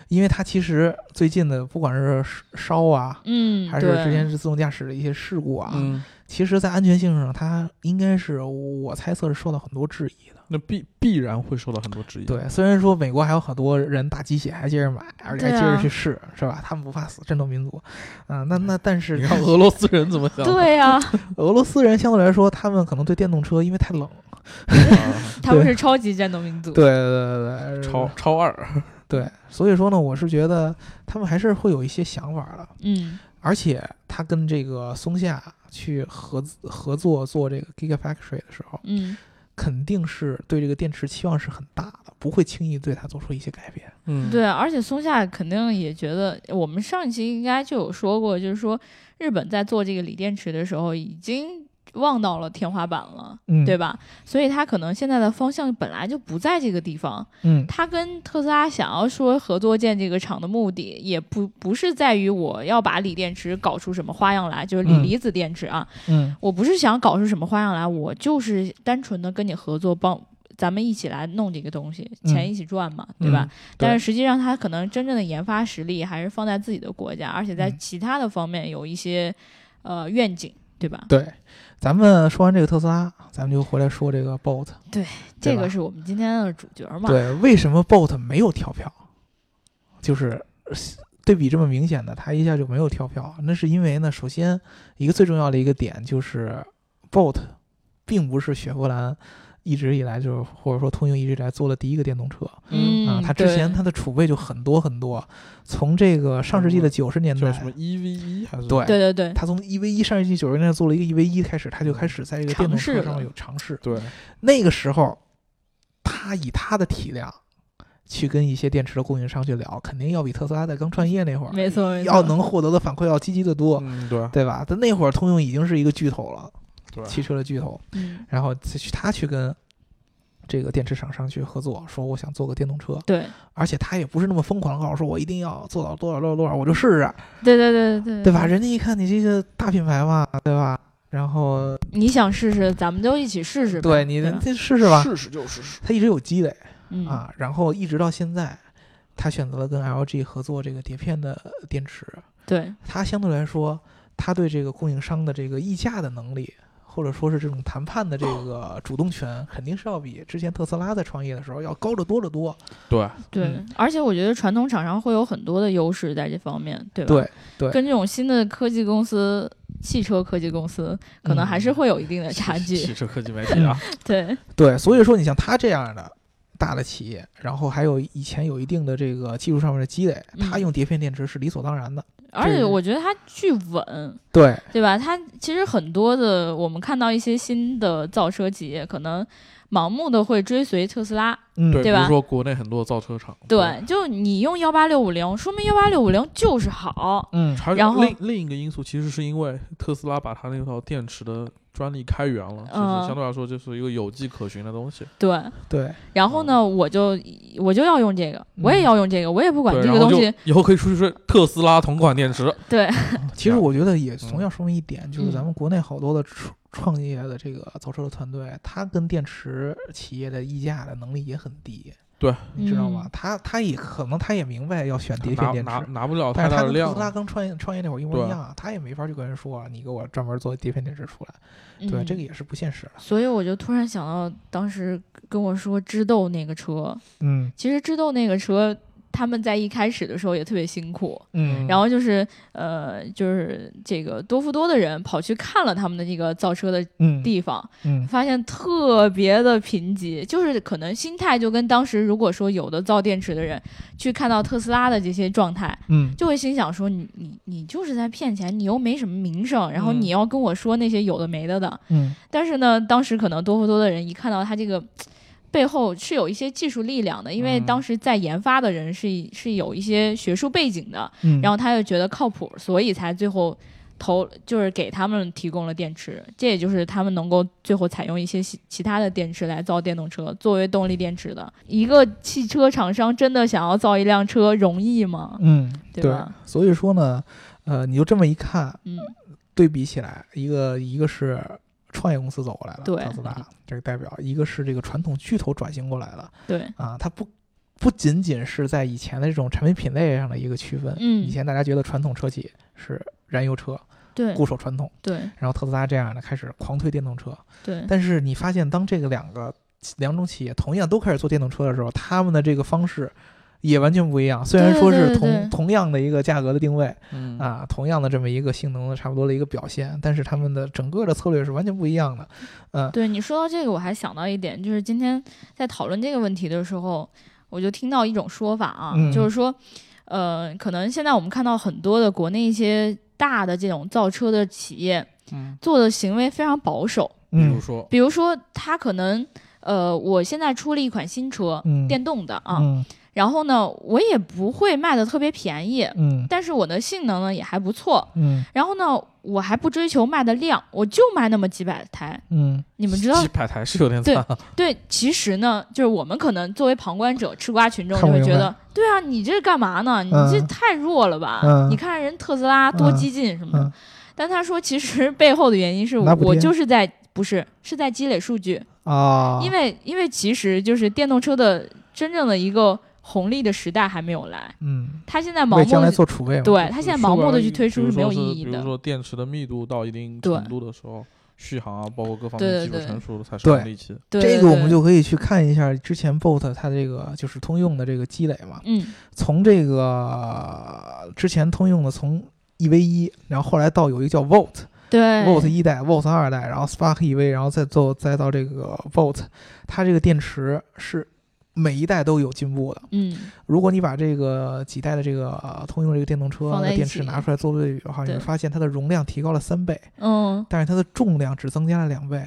[SPEAKER 2] 因为它其实最近的不管是烧啊，
[SPEAKER 1] 嗯，
[SPEAKER 2] 还是
[SPEAKER 1] 对，
[SPEAKER 2] 之前是自动驾驶的一些事故啊，
[SPEAKER 3] 嗯，
[SPEAKER 2] 其实在安全性上，它应该是我猜测是受到很多质疑的。
[SPEAKER 3] 那必必然会受到很多质疑。
[SPEAKER 2] 对，虽然说美国还有很多人打鸡血还接着买，而且
[SPEAKER 1] 对
[SPEAKER 2] 还接
[SPEAKER 1] 啊
[SPEAKER 2] 着去试，是吧？他们不怕死，战斗民族，啊、那那但是
[SPEAKER 3] 你看俄罗斯人怎么想？
[SPEAKER 1] 对啊 呀、
[SPEAKER 2] 俄罗斯人相对来说，他们可能对电动车因为太冷，
[SPEAKER 3] 啊，
[SPEAKER 1] 他们是超级战斗民族。
[SPEAKER 2] 对对对对，
[SPEAKER 3] 超超二，
[SPEAKER 2] 对，所以说呢，我是觉得他们还是会有一些想法的。
[SPEAKER 1] 嗯，
[SPEAKER 2] 而且他跟这个松下去合资合作做这个 Gigafactory 的时候，
[SPEAKER 1] 嗯
[SPEAKER 2] 肯定是对这个电池期望是很大的，不会轻易对它做出一些改变。
[SPEAKER 3] 嗯，
[SPEAKER 1] 对，而且松下肯定也觉得，我们上一期应该就有说过，就是说日本在做这个锂电池的时候，已经望到了天花板了，
[SPEAKER 2] 嗯
[SPEAKER 1] 对吧？所以它可能现在的方向本来就不在这个地方。
[SPEAKER 2] 嗯，
[SPEAKER 1] 它跟特斯拉想要说合作建这个厂的目的，也不不是在于我要把锂电池搞出什么花样来，就是锂
[SPEAKER 2] 嗯
[SPEAKER 1] 离子电池啊，
[SPEAKER 2] 嗯
[SPEAKER 1] 我不是想搞出什么花样来，我就是单纯的跟你合作，帮咱们一起来弄这个东西，
[SPEAKER 2] 嗯
[SPEAKER 1] 钱一起赚嘛，对吧？
[SPEAKER 2] 对
[SPEAKER 1] 但是实际上，他可能真正的研发实力还是放在自己的国家，而且在
[SPEAKER 2] 嗯
[SPEAKER 1] 其他的方面有一些、呃愿景，对吧？
[SPEAKER 2] 对，咱们说完这个特斯拉，咱们就回来说这个 Bolt。对
[SPEAKER 1] 这
[SPEAKER 2] 吧
[SPEAKER 1] 个是我们今天的主角嘛？
[SPEAKER 2] 对，为什么 Bolt 没有跳票？就是呃对比这么明显的，它一下就没有跳票。那是因为呢，首先一个最重要的一个点就是 Bolt 并不是雪佛兰一直以来就是或者说通用一直以来做的第一个电动车啊、
[SPEAKER 1] 嗯，
[SPEAKER 2] 它之前
[SPEAKER 1] 对
[SPEAKER 2] 它的储备就很多很多，从这个上世纪的九十年
[SPEAKER 3] 叫
[SPEAKER 2] 代
[SPEAKER 3] 嗯什，么 EV 一还是
[SPEAKER 2] 对
[SPEAKER 1] 对对对，
[SPEAKER 2] 它从 EV 一上世纪九十年代做了一个 EV 一开始，它就开始在这个电动
[SPEAKER 1] 尝试
[SPEAKER 2] 车上
[SPEAKER 1] 了
[SPEAKER 2] 面有尝试。
[SPEAKER 3] 对，
[SPEAKER 2] 那个时候，他以他的体量去跟一些电池的供应商去聊，肯定要比特斯拉在刚创业那会儿
[SPEAKER 1] 没错没错，
[SPEAKER 2] 要能获得的反馈要积极得多，
[SPEAKER 3] 嗯对
[SPEAKER 2] 对吧？但那会儿通用已经是一个巨头了，
[SPEAKER 3] 对，
[SPEAKER 2] 汽车的巨头，
[SPEAKER 1] 嗯，
[SPEAKER 2] 然后他去他去跟。这个电池厂商去合作，说我想做个电动车，
[SPEAKER 1] 对
[SPEAKER 2] 而且他也不是那么疯狂，告诉说我一定要做到多少多少多少，我就试试，
[SPEAKER 1] 对对对对
[SPEAKER 2] 对吧？？人家一看你这个大品牌嘛，对吧？然后
[SPEAKER 1] 你想试试，咱们就一起试试呗。
[SPEAKER 2] 对你
[SPEAKER 1] 对吧
[SPEAKER 2] 这试试吧，
[SPEAKER 3] 试试就试试，
[SPEAKER 2] 他一直有积累，
[SPEAKER 1] 嗯
[SPEAKER 2] 啊，然后一直到现在，他选择了跟 LG 合作这个碟片的呃电池。
[SPEAKER 1] 对，
[SPEAKER 2] 他相对来说，他对这个供应商的这个议价的能力，或者说是这种谈判的这个主动权，肯定是要比之前特斯拉在创业的时候要高得多得多。
[SPEAKER 3] 对，
[SPEAKER 1] 对，
[SPEAKER 2] 嗯
[SPEAKER 1] 而且我觉得传统厂商会有很多的优势在这方面，对吧？
[SPEAKER 2] 对对
[SPEAKER 1] 跟这种新的科技公司、汽车科技公司，可能还是会有一定的呃差距。
[SPEAKER 3] 汽车科技媒体啊，
[SPEAKER 1] 对，
[SPEAKER 2] 嗯对，所以说你像他这样的。大的企业，然后还有以前有一定的这个技术上面的积累，他
[SPEAKER 1] 嗯
[SPEAKER 2] 用碟片电池是理所当然的。
[SPEAKER 1] 而且我觉得它巨稳，
[SPEAKER 2] 对，
[SPEAKER 1] 对吧？它其实很多的，我们看到一些新的造车企业，可能盲目的会追随特斯拉。
[SPEAKER 2] 嗯，
[SPEAKER 3] 对，比
[SPEAKER 1] 对
[SPEAKER 3] 如
[SPEAKER 1] 吧
[SPEAKER 3] 说国内很多造车厂，
[SPEAKER 1] 对，就你用幺八六五零，说明幺八六五零就是好。
[SPEAKER 2] 嗯，
[SPEAKER 3] 还有
[SPEAKER 1] 然后
[SPEAKER 3] 另另一个因素，其实是因为特斯拉把它那套电池的专利开源了，就是
[SPEAKER 1] 嗯
[SPEAKER 3] 相对来说就是一个有迹可循的东西。
[SPEAKER 1] 对，
[SPEAKER 2] 对，
[SPEAKER 1] 然后呢，我就我就要用这个，我也要用这个，我也不管
[SPEAKER 3] 对，
[SPEAKER 1] 这
[SPEAKER 3] 然
[SPEAKER 1] 个
[SPEAKER 3] 后
[SPEAKER 1] 东
[SPEAKER 3] 就
[SPEAKER 1] 西。
[SPEAKER 3] 以后可以出去说特斯拉同款电池。
[SPEAKER 1] 对，
[SPEAKER 2] 其实
[SPEAKER 3] 嗯
[SPEAKER 2] 我觉得也
[SPEAKER 3] 嗯
[SPEAKER 2] 同样说明一点，就是咱们国内好多的创创业的这个造车的团队，他跟电池企业的议价的能力也很低。
[SPEAKER 3] 对，
[SPEAKER 2] 你知道吗
[SPEAKER 1] 嗯？
[SPEAKER 2] 他他也可能他也明白要选碟
[SPEAKER 3] 拿
[SPEAKER 2] 片电
[SPEAKER 3] 拿
[SPEAKER 2] 池，
[SPEAKER 3] 拿不了
[SPEAKER 2] 但
[SPEAKER 3] 太大的
[SPEAKER 2] 是他跟特
[SPEAKER 3] 量
[SPEAKER 2] 斯，拉刚创业创业那会儿一模
[SPEAKER 3] 对
[SPEAKER 2] 一样，啊他也没法去跟人说啊你给我专门做碟片电池出来，对吧，
[SPEAKER 1] 嗯
[SPEAKER 2] 这个也是不现实的。
[SPEAKER 1] 所以我就突然想到，当时跟我说知豆那个车，
[SPEAKER 2] 嗯
[SPEAKER 1] 其实知豆那个车，他们在一开始的时候也特别辛苦，
[SPEAKER 2] 嗯
[SPEAKER 1] 然后就是呃，就是这个多福多的人跑去看了他们的这个造车的
[SPEAKER 2] 嗯
[SPEAKER 1] 地方，
[SPEAKER 2] 嗯
[SPEAKER 1] 发现特别的贫瘠，就是可能心态就跟当时如果说有的造电池的人去看到特斯拉的这些状态，
[SPEAKER 2] 嗯
[SPEAKER 1] 就会心想说你你你就是在骗钱，你又没什么名声，然后
[SPEAKER 3] 嗯
[SPEAKER 1] 你要跟我说那些有的没的的，
[SPEAKER 2] 嗯
[SPEAKER 1] 但是呢，当时可能多福多的人一看到他这个背后是有一些技术力量的，因为
[SPEAKER 3] 嗯
[SPEAKER 1] 当时在研发的人是是有一些学术背景的，
[SPEAKER 2] 嗯，
[SPEAKER 1] 然后他又觉得靠谱，所以才最后投就是给他们提供了电池，这也就是他们能够最后采用一些其其他的电池来造电动车作为动力电池的。一个汽车厂商真的想要造一辆车容易吗？
[SPEAKER 2] 嗯
[SPEAKER 1] 对
[SPEAKER 2] 对
[SPEAKER 1] 吧，
[SPEAKER 2] 所以说呢，呃，你就这么一看，
[SPEAKER 1] 嗯，
[SPEAKER 2] 对比起来，一个一个是创业公司走过来的，
[SPEAKER 1] 对
[SPEAKER 2] 特斯拉这个代表，一个是这个传统巨头转型过来的
[SPEAKER 1] 对，
[SPEAKER 2] 啊，它不不仅仅是在以前的这种产品品类上的一个区分，
[SPEAKER 1] 嗯
[SPEAKER 2] 以前大家觉得传统车企是燃油车，
[SPEAKER 1] 对，
[SPEAKER 2] 固守传统，
[SPEAKER 1] 对，
[SPEAKER 2] 然后特斯拉这样的开始狂推电动车，
[SPEAKER 1] 对，
[SPEAKER 2] 但是你发现当这个两个两种企业同样都开始做电动车的时候，他们的这个方式。也完全不一样，虽然说
[SPEAKER 1] 对
[SPEAKER 2] 是
[SPEAKER 1] 对对
[SPEAKER 2] 同
[SPEAKER 1] 对
[SPEAKER 2] 同样的一个价格的定位，
[SPEAKER 3] 嗯，
[SPEAKER 2] 啊，同样的这么一个性能的差不多的一个表现，但是他们的整个的策略是完全不一样的。
[SPEAKER 1] 对你说到这个，我还想到一点，就是今天在讨论这个问题的时候，我就听到一种说法啊，
[SPEAKER 2] 嗯
[SPEAKER 1] 就是说，呃，可能现在我们看到很多的国内一些大的这种造车的企业
[SPEAKER 3] 嗯，
[SPEAKER 1] 做的行为非常保守，
[SPEAKER 3] 比如
[SPEAKER 2] 嗯
[SPEAKER 3] 说，
[SPEAKER 1] 比如说他可能呃，我现在出了一款新车，
[SPEAKER 2] 嗯
[SPEAKER 1] 电动的啊，
[SPEAKER 2] 嗯
[SPEAKER 1] 然后呢，我也不会卖的特别便宜，
[SPEAKER 2] 嗯
[SPEAKER 1] 但是我的性能呢也还不错，
[SPEAKER 2] 嗯
[SPEAKER 1] 然后呢，我还不追求卖的量，我就卖那么几百台。
[SPEAKER 2] 嗯
[SPEAKER 1] 你们知道
[SPEAKER 3] 几，百台是有点惨，
[SPEAKER 1] 对，其实呢，就是我们可能作为旁观者、吃瓜群众，
[SPEAKER 2] 看
[SPEAKER 1] 就
[SPEAKER 2] 不
[SPEAKER 1] 会觉
[SPEAKER 2] 明白
[SPEAKER 1] 得，对啊，你这是干嘛呢？你这
[SPEAKER 2] 嗯
[SPEAKER 1] 太弱了吧？
[SPEAKER 2] 嗯
[SPEAKER 1] 你看人特斯拉多
[SPEAKER 2] 嗯
[SPEAKER 1] 激进什么的。
[SPEAKER 2] 嗯，
[SPEAKER 1] 但他说，其实 背后的原因是
[SPEAKER 2] 拿补
[SPEAKER 1] 我
[SPEAKER 2] 贴
[SPEAKER 1] 就是在不是是在积累数据，
[SPEAKER 2] 啊，
[SPEAKER 1] 因为因为其实就是电动车的真正的一个红利的时代还没有来，
[SPEAKER 2] 嗯，
[SPEAKER 1] 他现在盲
[SPEAKER 2] 为将
[SPEAKER 1] 目
[SPEAKER 2] 来
[SPEAKER 1] 地
[SPEAKER 2] 做储备嘛，
[SPEAKER 1] 对他现在盲目的去推
[SPEAKER 3] 比
[SPEAKER 1] 出
[SPEAKER 3] 如
[SPEAKER 1] 是没有
[SPEAKER 3] 说
[SPEAKER 1] 意义
[SPEAKER 3] 比如
[SPEAKER 1] 的。
[SPEAKER 3] 说电池的密度到一定
[SPEAKER 1] 对
[SPEAKER 3] 程度的时候，续航啊，包括各方
[SPEAKER 1] 对
[SPEAKER 3] 面
[SPEAKER 1] 对
[SPEAKER 3] 技术
[SPEAKER 1] 对
[SPEAKER 3] 成熟了才
[SPEAKER 2] 对
[SPEAKER 3] 上力气。
[SPEAKER 1] 对
[SPEAKER 2] 这
[SPEAKER 1] 对
[SPEAKER 2] 个我们
[SPEAKER 1] 对
[SPEAKER 2] 就可以去看一下之前 BOT 它这个就是通用的这个积累嘛，
[SPEAKER 1] 嗯
[SPEAKER 2] 从这个呃之前通用的从 EV 一，然后后来到有一个叫 Volt
[SPEAKER 1] 对
[SPEAKER 2] Volt 一代、Volt 二代，然后 Spark EV，然后再做再到这个 Volt，它这个电池是每一代都有进步的。
[SPEAKER 1] 嗯
[SPEAKER 2] 如果你把这个几代的这个、呃通用这个电动车
[SPEAKER 1] 放在
[SPEAKER 2] 的
[SPEAKER 1] 一
[SPEAKER 2] 电
[SPEAKER 1] 起
[SPEAKER 2] 池拿出来做对比的话，你
[SPEAKER 1] 对
[SPEAKER 2] 会发现它的容量提高了三倍，
[SPEAKER 1] 嗯
[SPEAKER 2] 但是它的重量只增加了两倍。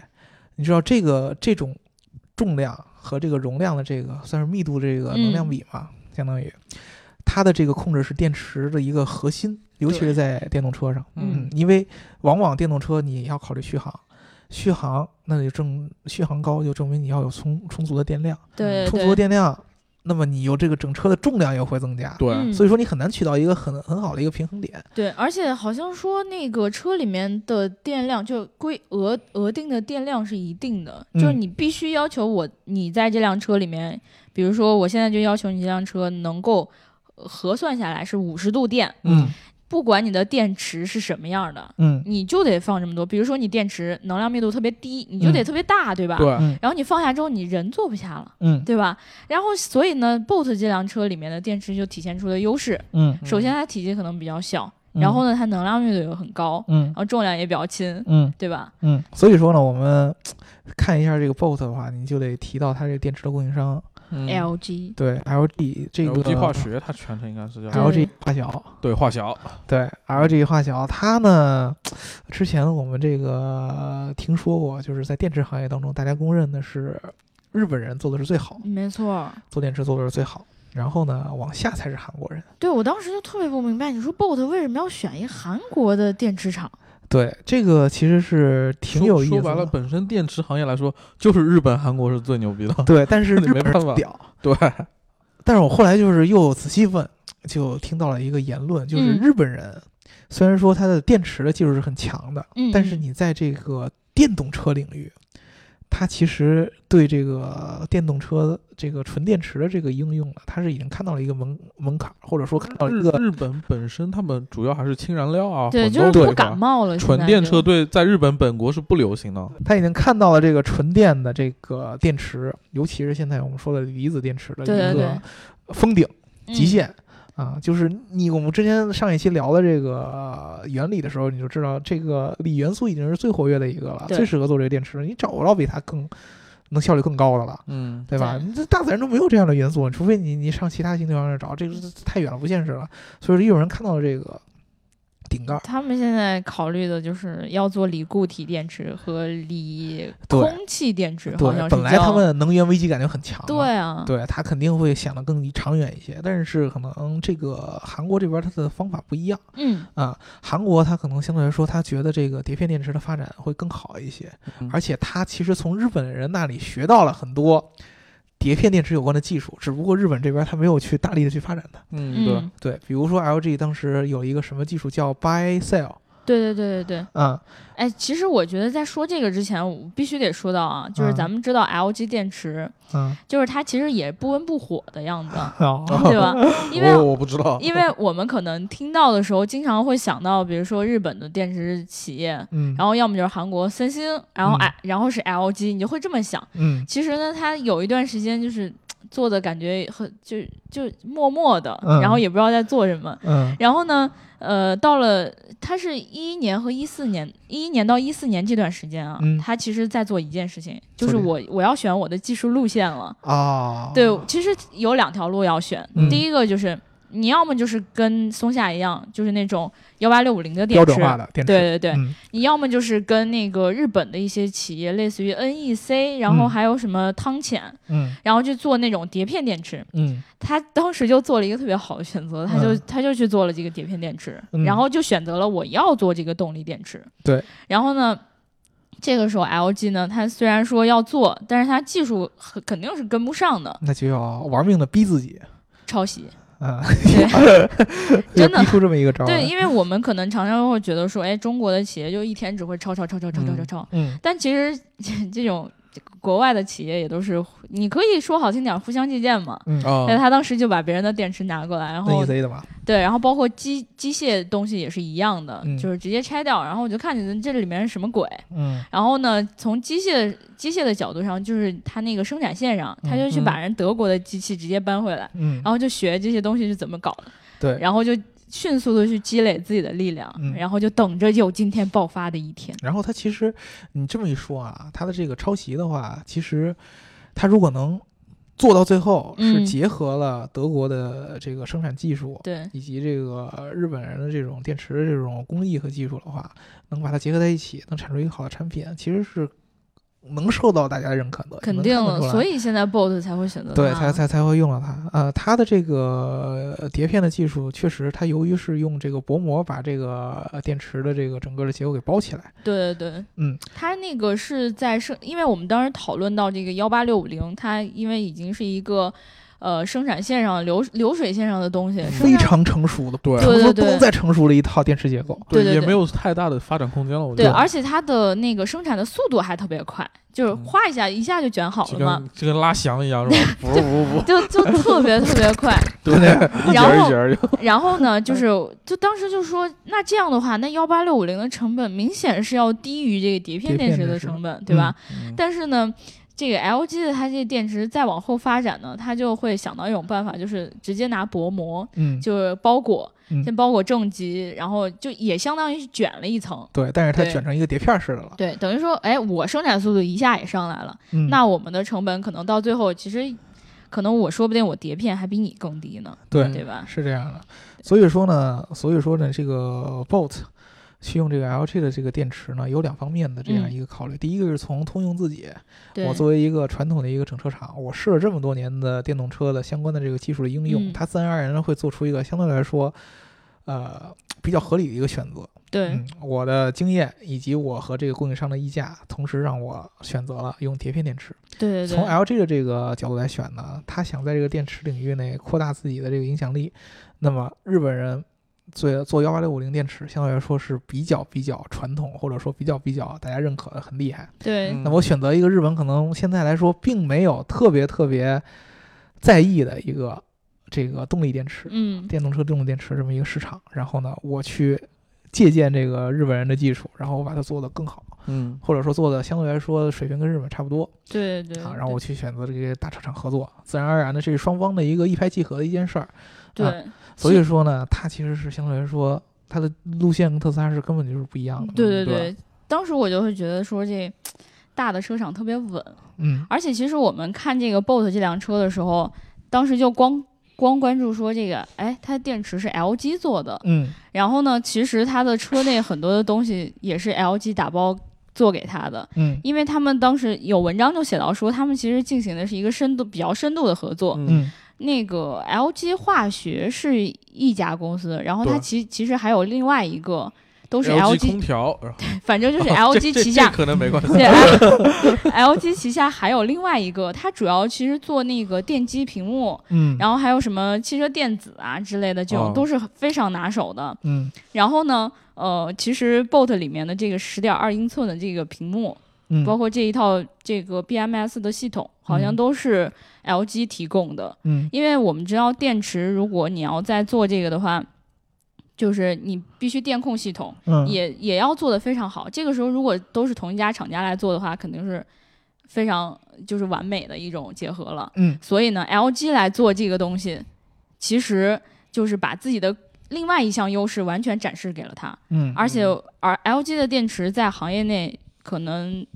[SPEAKER 2] 你知道这个这种重量和这个容量的这个算是密度这个能量
[SPEAKER 1] 嗯
[SPEAKER 2] 比嘛，相当于它的这个控制是电池的一个核心，尤其
[SPEAKER 1] 对
[SPEAKER 2] 是在电动车上。
[SPEAKER 1] 嗯
[SPEAKER 2] 嗯，因为往往电动车你要考虑续航，续航那就证续航高就证明你要有充充足的电量，
[SPEAKER 1] 对
[SPEAKER 2] 充足的
[SPEAKER 1] 对
[SPEAKER 2] 电量，那么你有这个整车的重量也会增加，
[SPEAKER 3] 对，
[SPEAKER 1] 嗯
[SPEAKER 2] 所以说你很难取到一个很很好的一个平衡点。
[SPEAKER 1] 对，而且好像说那个车里面的电量就规额额定的电量是一定的，就是
[SPEAKER 2] 嗯
[SPEAKER 1] 你必须要求我你在这辆车里面，比如说我现在就要求你这辆车能够呃核算下来是五十度电，
[SPEAKER 2] 嗯
[SPEAKER 1] 不管你的电池是什么样的，
[SPEAKER 2] 嗯
[SPEAKER 1] 你就得放这么多。比如说你电池能量密度特别低，你就得
[SPEAKER 2] 嗯
[SPEAKER 1] 特别大，对吧？
[SPEAKER 3] 对，
[SPEAKER 2] 嗯
[SPEAKER 1] 然后你放下之后，你人坐不下了。
[SPEAKER 2] 嗯
[SPEAKER 1] 对吧？然后，所以呢，BOT 这辆车里面的电池就体现出了优势。
[SPEAKER 2] 嗯，
[SPEAKER 1] 首先，它体积可能比较小，然后呢，它能量密度又很高，
[SPEAKER 2] 嗯
[SPEAKER 1] 然后重量也比较轻，
[SPEAKER 2] 嗯
[SPEAKER 1] 对吧？
[SPEAKER 2] 嗯，所以说呢，我们看一下这个 BOT 的话，你就得提到它这个电池的供应商，
[SPEAKER 3] 嗯
[SPEAKER 1] LG，
[SPEAKER 2] 对 LG 这个
[SPEAKER 3] LG 化学它全称应该是叫
[SPEAKER 1] 对
[SPEAKER 2] LG 化小。
[SPEAKER 3] 对化小，
[SPEAKER 2] 对，LG 化小，它呢，之前我们这个听说过，就是在电池行业当中，大家公认的是日本人做的是最好，
[SPEAKER 1] 没错。
[SPEAKER 2] 做电池做的是最好。然后呢，往下才是韩国人。
[SPEAKER 1] 对我当时就特别不明白，你说 BOT 为什么要选一韩国的电池厂？
[SPEAKER 2] 对，这个其实是挺
[SPEAKER 3] 说
[SPEAKER 2] 有意思
[SPEAKER 3] 说白了，
[SPEAKER 2] 的。
[SPEAKER 3] 本身电池行业来说，就是日本、韩国是最牛逼的。
[SPEAKER 2] 对，但是
[SPEAKER 3] 你
[SPEAKER 2] 日
[SPEAKER 3] 没
[SPEAKER 2] 本
[SPEAKER 3] 办法
[SPEAKER 2] 人屌。
[SPEAKER 3] 对，
[SPEAKER 2] 但是我后来就是又仔细问，就听到了一个言论，就是
[SPEAKER 1] 嗯
[SPEAKER 2] 日本人、虽然说它的电池的技术是很强的，
[SPEAKER 1] 嗯，
[SPEAKER 2] 但是你在这个电动车领域，它其实对这个电动车这个纯电池的这个应用呢，它是已经看到了一个门门槛，或者说看到了
[SPEAKER 3] 日
[SPEAKER 2] 一个
[SPEAKER 3] 日本本身他们主要还是氢燃料啊，
[SPEAKER 1] 对，
[SPEAKER 3] 混
[SPEAKER 1] 就是
[SPEAKER 3] 动这一
[SPEAKER 1] 不
[SPEAKER 3] 块
[SPEAKER 1] 感冒了。
[SPEAKER 3] 纯电车对在日本本国是不流行的。
[SPEAKER 2] 它已经看到了这个纯电的这个电池，尤其是现在我们说的离子电池的
[SPEAKER 1] 对
[SPEAKER 2] 一
[SPEAKER 1] 对
[SPEAKER 2] 个
[SPEAKER 1] 对，
[SPEAKER 2] 封顶极
[SPEAKER 1] 嗯。
[SPEAKER 2] 限。啊，就是你我们之前上一期聊的这个、呃原理的时候，你就知道这个锂元素已经是最活跃的一个了，
[SPEAKER 1] 对
[SPEAKER 2] 最适合做这个电池，你找不到比它更能效率更高的了。
[SPEAKER 3] 嗯，
[SPEAKER 2] 对吧？
[SPEAKER 1] 对
[SPEAKER 2] 你这大自然中没有这样的元素，除非你你上其他星球上去找，这个太远了，不现实了。所以说，有人看到了这个顶盖儿，
[SPEAKER 1] 他们现在考虑的就是要做锂固体电池和锂
[SPEAKER 2] 对
[SPEAKER 1] 空气电池，好像
[SPEAKER 2] 对，
[SPEAKER 1] 是
[SPEAKER 2] 本来他
[SPEAKER 1] 叫
[SPEAKER 2] 们能源危机感就很强嘛，
[SPEAKER 1] 对啊，
[SPEAKER 2] 对，他肯定会想得更长远一些。但是可能这个韩国这边他的方法不一样
[SPEAKER 1] 嗯
[SPEAKER 2] 啊，韩国他可能相对来说，他觉得这个碟片电池的发展会更好一些，
[SPEAKER 3] 嗯
[SPEAKER 2] 而且他其实从日本人那里学到了很多。碟片电池有关的技术，只不过日本这边他没有去大力的去发展它。
[SPEAKER 3] 嗯，对
[SPEAKER 1] 嗯，
[SPEAKER 2] 对，比如说 LG 当时有一个什么技术叫 Buy Sell
[SPEAKER 1] 对对对对对。
[SPEAKER 2] 啊、
[SPEAKER 1] 哎，其实我觉得在说这个之前，我必须得说到啊，就是
[SPEAKER 2] 嗯
[SPEAKER 1] 咱们知道 LG 电池，
[SPEAKER 2] 嗯，
[SPEAKER 1] 就是它其实也不温不火的样子，
[SPEAKER 2] 好、
[SPEAKER 1] 对吧？因为
[SPEAKER 2] 哦
[SPEAKER 3] 我我不知道，
[SPEAKER 1] 因为我们可能听到的时候，经常会想到，比如说日本的电池企业，
[SPEAKER 2] 嗯，
[SPEAKER 1] 然后要么就是韩国三星，然后
[SPEAKER 2] 嗯
[SPEAKER 1] I，、然后是 LG，你就会这么想。
[SPEAKER 2] 嗯
[SPEAKER 1] 其实呢，它有一段时间就是做的感觉很就就默默的，
[SPEAKER 2] 嗯
[SPEAKER 1] 然后也不知道在做什么。
[SPEAKER 2] 嗯
[SPEAKER 1] 然后呢，呃，到了它是一一年和一四年，一一年到一四年这段时间啊，
[SPEAKER 2] 嗯
[SPEAKER 1] 它其实在做一件事情，就是
[SPEAKER 2] 做这个
[SPEAKER 1] 我我要选我的技术路线了。
[SPEAKER 2] 啊，
[SPEAKER 1] 对，其实有两条路要选，
[SPEAKER 2] 嗯
[SPEAKER 1] 第一个就是你要么就是跟松下一样，就是那种幺八六五零的电
[SPEAKER 2] 标
[SPEAKER 1] 池，
[SPEAKER 2] 准化的电池，
[SPEAKER 1] 对对对，
[SPEAKER 2] 嗯，
[SPEAKER 1] 你要么就是跟那个日本的一些企业，类似于 NEC，然后
[SPEAKER 2] 嗯
[SPEAKER 1] 还有什么汤浅，
[SPEAKER 2] 嗯
[SPEAKER 1] 然后去做那种碟片电池。
[SPEAKER 2] 嗯
[SPEAKER 1] 他当时就做了一个特别好的选择，他就、
[SPEAKER 2] 嗯
[SPEAKER 1] 他就去做了这个碟片电池，
[SPEAKER 2] 嗯
[SPEAKER 1] 然后就选择了我要做这个动力电池。
[SPEAKER 2] 对，
[SPEAKER 1] 然后呢？这个时候，LG 呢，它虽然说要做，但是它技术很肯定是跟不上的，
[SPEAKER 2] 那就要玩命的逼自己
[SPEAKER 1] 抄袭。
[SPEAKER 2] 啊，
[SPEAKER 1] 真的
[SPEAKER 2] 逼出这么一个招儿来，
[SPEAKER 1] 对，因为我们可能常常会觉得说，哎，中国的企业就一天只会抄抄抄抄抄抄抄抄，
[SPEAKER 2] 嗯，
[SPEAKER 1] 但其实 这种国外的企业也都是，你可以说好听点，互相借鉴嘛。
[SPEAKER 2] 嗯
[SPEAKER 3] 啊
[SPEAKER 1] 那他当时就把别人的电池拿过来，然
[SPEAKER 2] 那
[SPEAKER 1] 后
[SPEAKER 2] EZ 的嘛，
[SPEAKER 1] 对，然后包括机机械东西也是一样的，
[SPEAKER 2] 嗯
[SPEAKER 1] 就是直接拆掉。然后我就看见这里面是什么鬼。
[SPEAKER 2] 嗯
[SPEAKER 1] 然后呢，从机械机械的角度上，就是他那个生产线上，他就去把人德国的机器直接搬回来，
[SPEAKER 2] 嗯，
[SPEAKER 1] 然后就学这些东西是怎么搞的，
[SPEAKER 2] 对，
[SPEAKER 1] 然后就迅速的去积累自己的力量，
[SPEAKER 2] 嗯
[SPEAKER 1] 然后就等着有今天爆发的一天。
[SPEAKER 2] 然后它其实你这么一说啊，它的这个抄袭的话，其实它如果能做到最后，
[SPEAKER 1] 嗯
[SPEAKER 2] 是结合了德国的这个生产技术。
[SPEAKER 1] 对，
[SPEAKER 2] 以及这个呃日本人的这种电池的这种工艺和技术的话，能把它结合在一起，能产出一个好的产品，其实是能受到大家的认可的，
[SPEAKER 1] 肯定了，所
[SPEAKER 2] 以
[SPEAKER 1] 以现在 BOT 才会选择
[SPEAKER 2] 对
[SPEAKER 1] 它
[SPEAKER 2] 才才才会用到它。呃，它的这个呃碟片的技术，确实它由于是用这个薄膜把这个呃电池的这个整个的结构给包起来，
[SPEAKER 1] 对对对，
[SPEAKER 2] 嗯，
[SPEAKER 1] 它那个是在生，因为我们当时讨论到这个幺八六五零，它因为已经是一个呃生产线上流流水线上的东西，生
[SPEAKER 2] 非
[SPEAKER 1] 产
[SPEAKER 2] 常成熟的，
[SPEAKER 3] 对
[SPEAKER 2] 差不
[SPEAKER 1] 对
[SPEAKER 2] 多
[SPEAKER 1] 对
[SPEAKER 2] 不能再成熟的一套电池结构。
[SPEAKER 1] 对对
[SPEAKER 3] 也
[SPEAKER 1] 对
[SPEAKER 3] 没有太大的发展空间了，我觉
[SPEAKER 1] 对，
[SPEAKER 3] 得。
[SPEAKER 1] 而且它的那个生产的速度还特别快，就是
[SPEAKER 3] 嗯
[SPEAKER 1] 哗一下一下就卷好
[SPEAKER 3] 就
[SPEAKER 1] 了嘛，
[SPEAKER 3] 跟就跟拉翔一样是 吧？不不 不，
[SPEAKER 1] 就就特别特别快。
[SPEAKER 3] 对， 一节
[SPEAKER 1] 然
[SPEAKER 3] 儿一
[SPEAKER 1] 后
[SPEAKER 3] 节儿就
[SPEAKER 1] 然后呢，
[SPEAKER 2] 嗯
[SPEAKER 1] 就是就当时就说，那这样的话，那幺八六五零的成本明显是要低于这个碟片
[SPEAKER 2] 碟片
[SPEAKER 1] 电池
[SPEAKER 2] 电
[SPEAKER 1] 的
[SPEAKER 2] 池
[SPEAKER 1] 成本，对吧？
[SPEAKER 3] 嗯
[SPEAKER 1] 但是呢，这个 LG 的它这电池再往后发展呢，它就会想到一种办法，就是直接拿薄膜，
[SPEAKER 2] 嗯，
[SPEAKER 1] 就是包裹，
[SPEAKER 2] 嗯
[SPEAKER 1] 先包裹正极，然后就也相当于是卷了一层。
[SPEAKER 2] 对，但是它
[SPEAKER 1] 对
[SPEAKER 2] 卷成一个碟片似的了。
[SPEAKER 1] 对，等于说，哎，我生产速度一下也上来了，
[SPEAKER 2] 嗯，
[SPEAKER 1] 那我们的成本可能到最后，其实可能我说不定我碟片还比你更低呢，
[SPEAKER 2] 对
[SPEAKER 1] 对吧？
[SPEAKER 2] 是这样的。所以说呢，所以说呢，这个呃 Bolt 去用这个 LG 的这个电池呢，有两方面的这样
[SPEAKER 1] 嗯
[SPEAKER 2] 一个考虑。第一个是从通用自己，
[SPEAKER 1] 对
[SPEAKER 2] 我，作为一个传统的一个整车厂，我试了这么多年的电动车的相关的这个技术的应用，
[SPEAKER 1] 嗯
[SPEAKER 2] 它自然而然地会做出一个相对来说，呃。比较合理的一个选择，
[SPEAKER 1] 对
[SPEAKER 2] 嗯，我的经验以及我和这个供应商的议价，同时让我选择了用碟片电池。
[SPEAKER 1] 对对
[SPEAKER 2] 从
[SPEAKER 1] 对，
[SPEAKER 2] LG 的这个角度来选呢，他想在这个电池领域内扩大自己的这个影响力。那么日本人做做幺八六五零电池，相对来说是比较比较传统，或者说比较比较大家认可的很厉害。
[SPEAKER 1] 对
[SPEAKER 2] 那我选择一个日本可能现在来说并没有特别特别在意的一个这个动力电池，
[SPEAKER 1] 嗯，
[SPEAKER 2] 电动车动力电池这么一个市场。然后呢，我去借鉴这个日本人的技术，然后我把它做得更好，
[SPEAKER 3] 嗯
[SPEAKER 2] 或者说做的相对来说水平跟日本差不多。
[SPEAKER 1] 对对对，
[SPEAKER 2] 啊，然后我去选择这些大车厂合作，自然而然的，这是双方的一个一拍即合的一件事儿。啊
[SPEAKER 1] 对
[SPEAKER 2] 所以说呢，它其实是相对来说，它的路线跟特斯拉是根本就是不一样的。
[SPEAKER 1] 对对
[SPEAKER 3] 嗯对
[SPEAKER 1] 对，当时我就会觉得说这大的车厂特别稳。
[SPEAKER 2] 嗯，
[SPEAKER 1] 而且其实我们看这个 BOT 这辆车的时候，当时就光光关注说这个，哎，它的电池是 LG 做的，
[SPEAKER 2] 嗯
[SPEAKER 1] 然后呢，其实它的车内很多的东西也是 LG 打包做给它的。
[SPEAKER 2] 嗯
[SPEAKER 1] 因为他们当时有文章就写到说，他们其实进行的是一个深度比较深度的合作。
[SPEAKER 3] 嗯
[SPEAKER 2] 嗯
[SPEAKER 1] 那个 LG 化学是一家公司，然后它
[SPEAKER 3] 对
[SPEAKER 1] 其其实还有另外一个都是
[SPEAKER 3] LG
[SPEAKER 1] LG，
[SPEAKER 3] 空调，
[SPEAKER 1] 反正就是
[SPEAKER 3] 哦这
[SPEAKER 1] LG
[SPEAKER 3] 这
[SPEAKER 1] 旗下
[SPEAKER 3] 这可能没关系。
[SPEAKER 1] 对，LG 旗下还有另外一个，它主要其实做那个电机屏幕，
[SPEAKER 2] 嗯，
[SPEAKER 1] 然后还有什么汽车电子啊之类的，这种
[SPEAKER 3] 哦
[SPEAKER 1] 都是非常拿手的。
[SPEAKER 2] 嗯
[SPEAKER 1] 然后呢，呃，其实 BOT 里面的这个十点二英寸的这个屏幕，
[SPEAKER 2] 嗯，
[SPEAKER 1] 包括这一套这个 BMS 的系统，好像
[SPEAKER 2] 嗯
[SPEAKER 1] 都是 LG 提供的。
[SPEAKER 2] 嗯
[SPEAKER 1] 因为我们知道电池，如果你要再做这个的话，就是你必须电控系统。
[SPEAKER 2] 嗯
[SPEAKER 1] 也也要做得非常好。这个时候如果都是同一家厂家来做的话，肯定是非常就是完美的一种结合了。
[SPEAKER 2] 嗯
[SPEAKER 1] 所以呢，LG 来做这个东西，其实就是把自己的另外一项优势完全展示给了它。
[SPEAKER 2] 嗯，
[SPEAKER 1] 而且，而 LG 的电池在行业内可能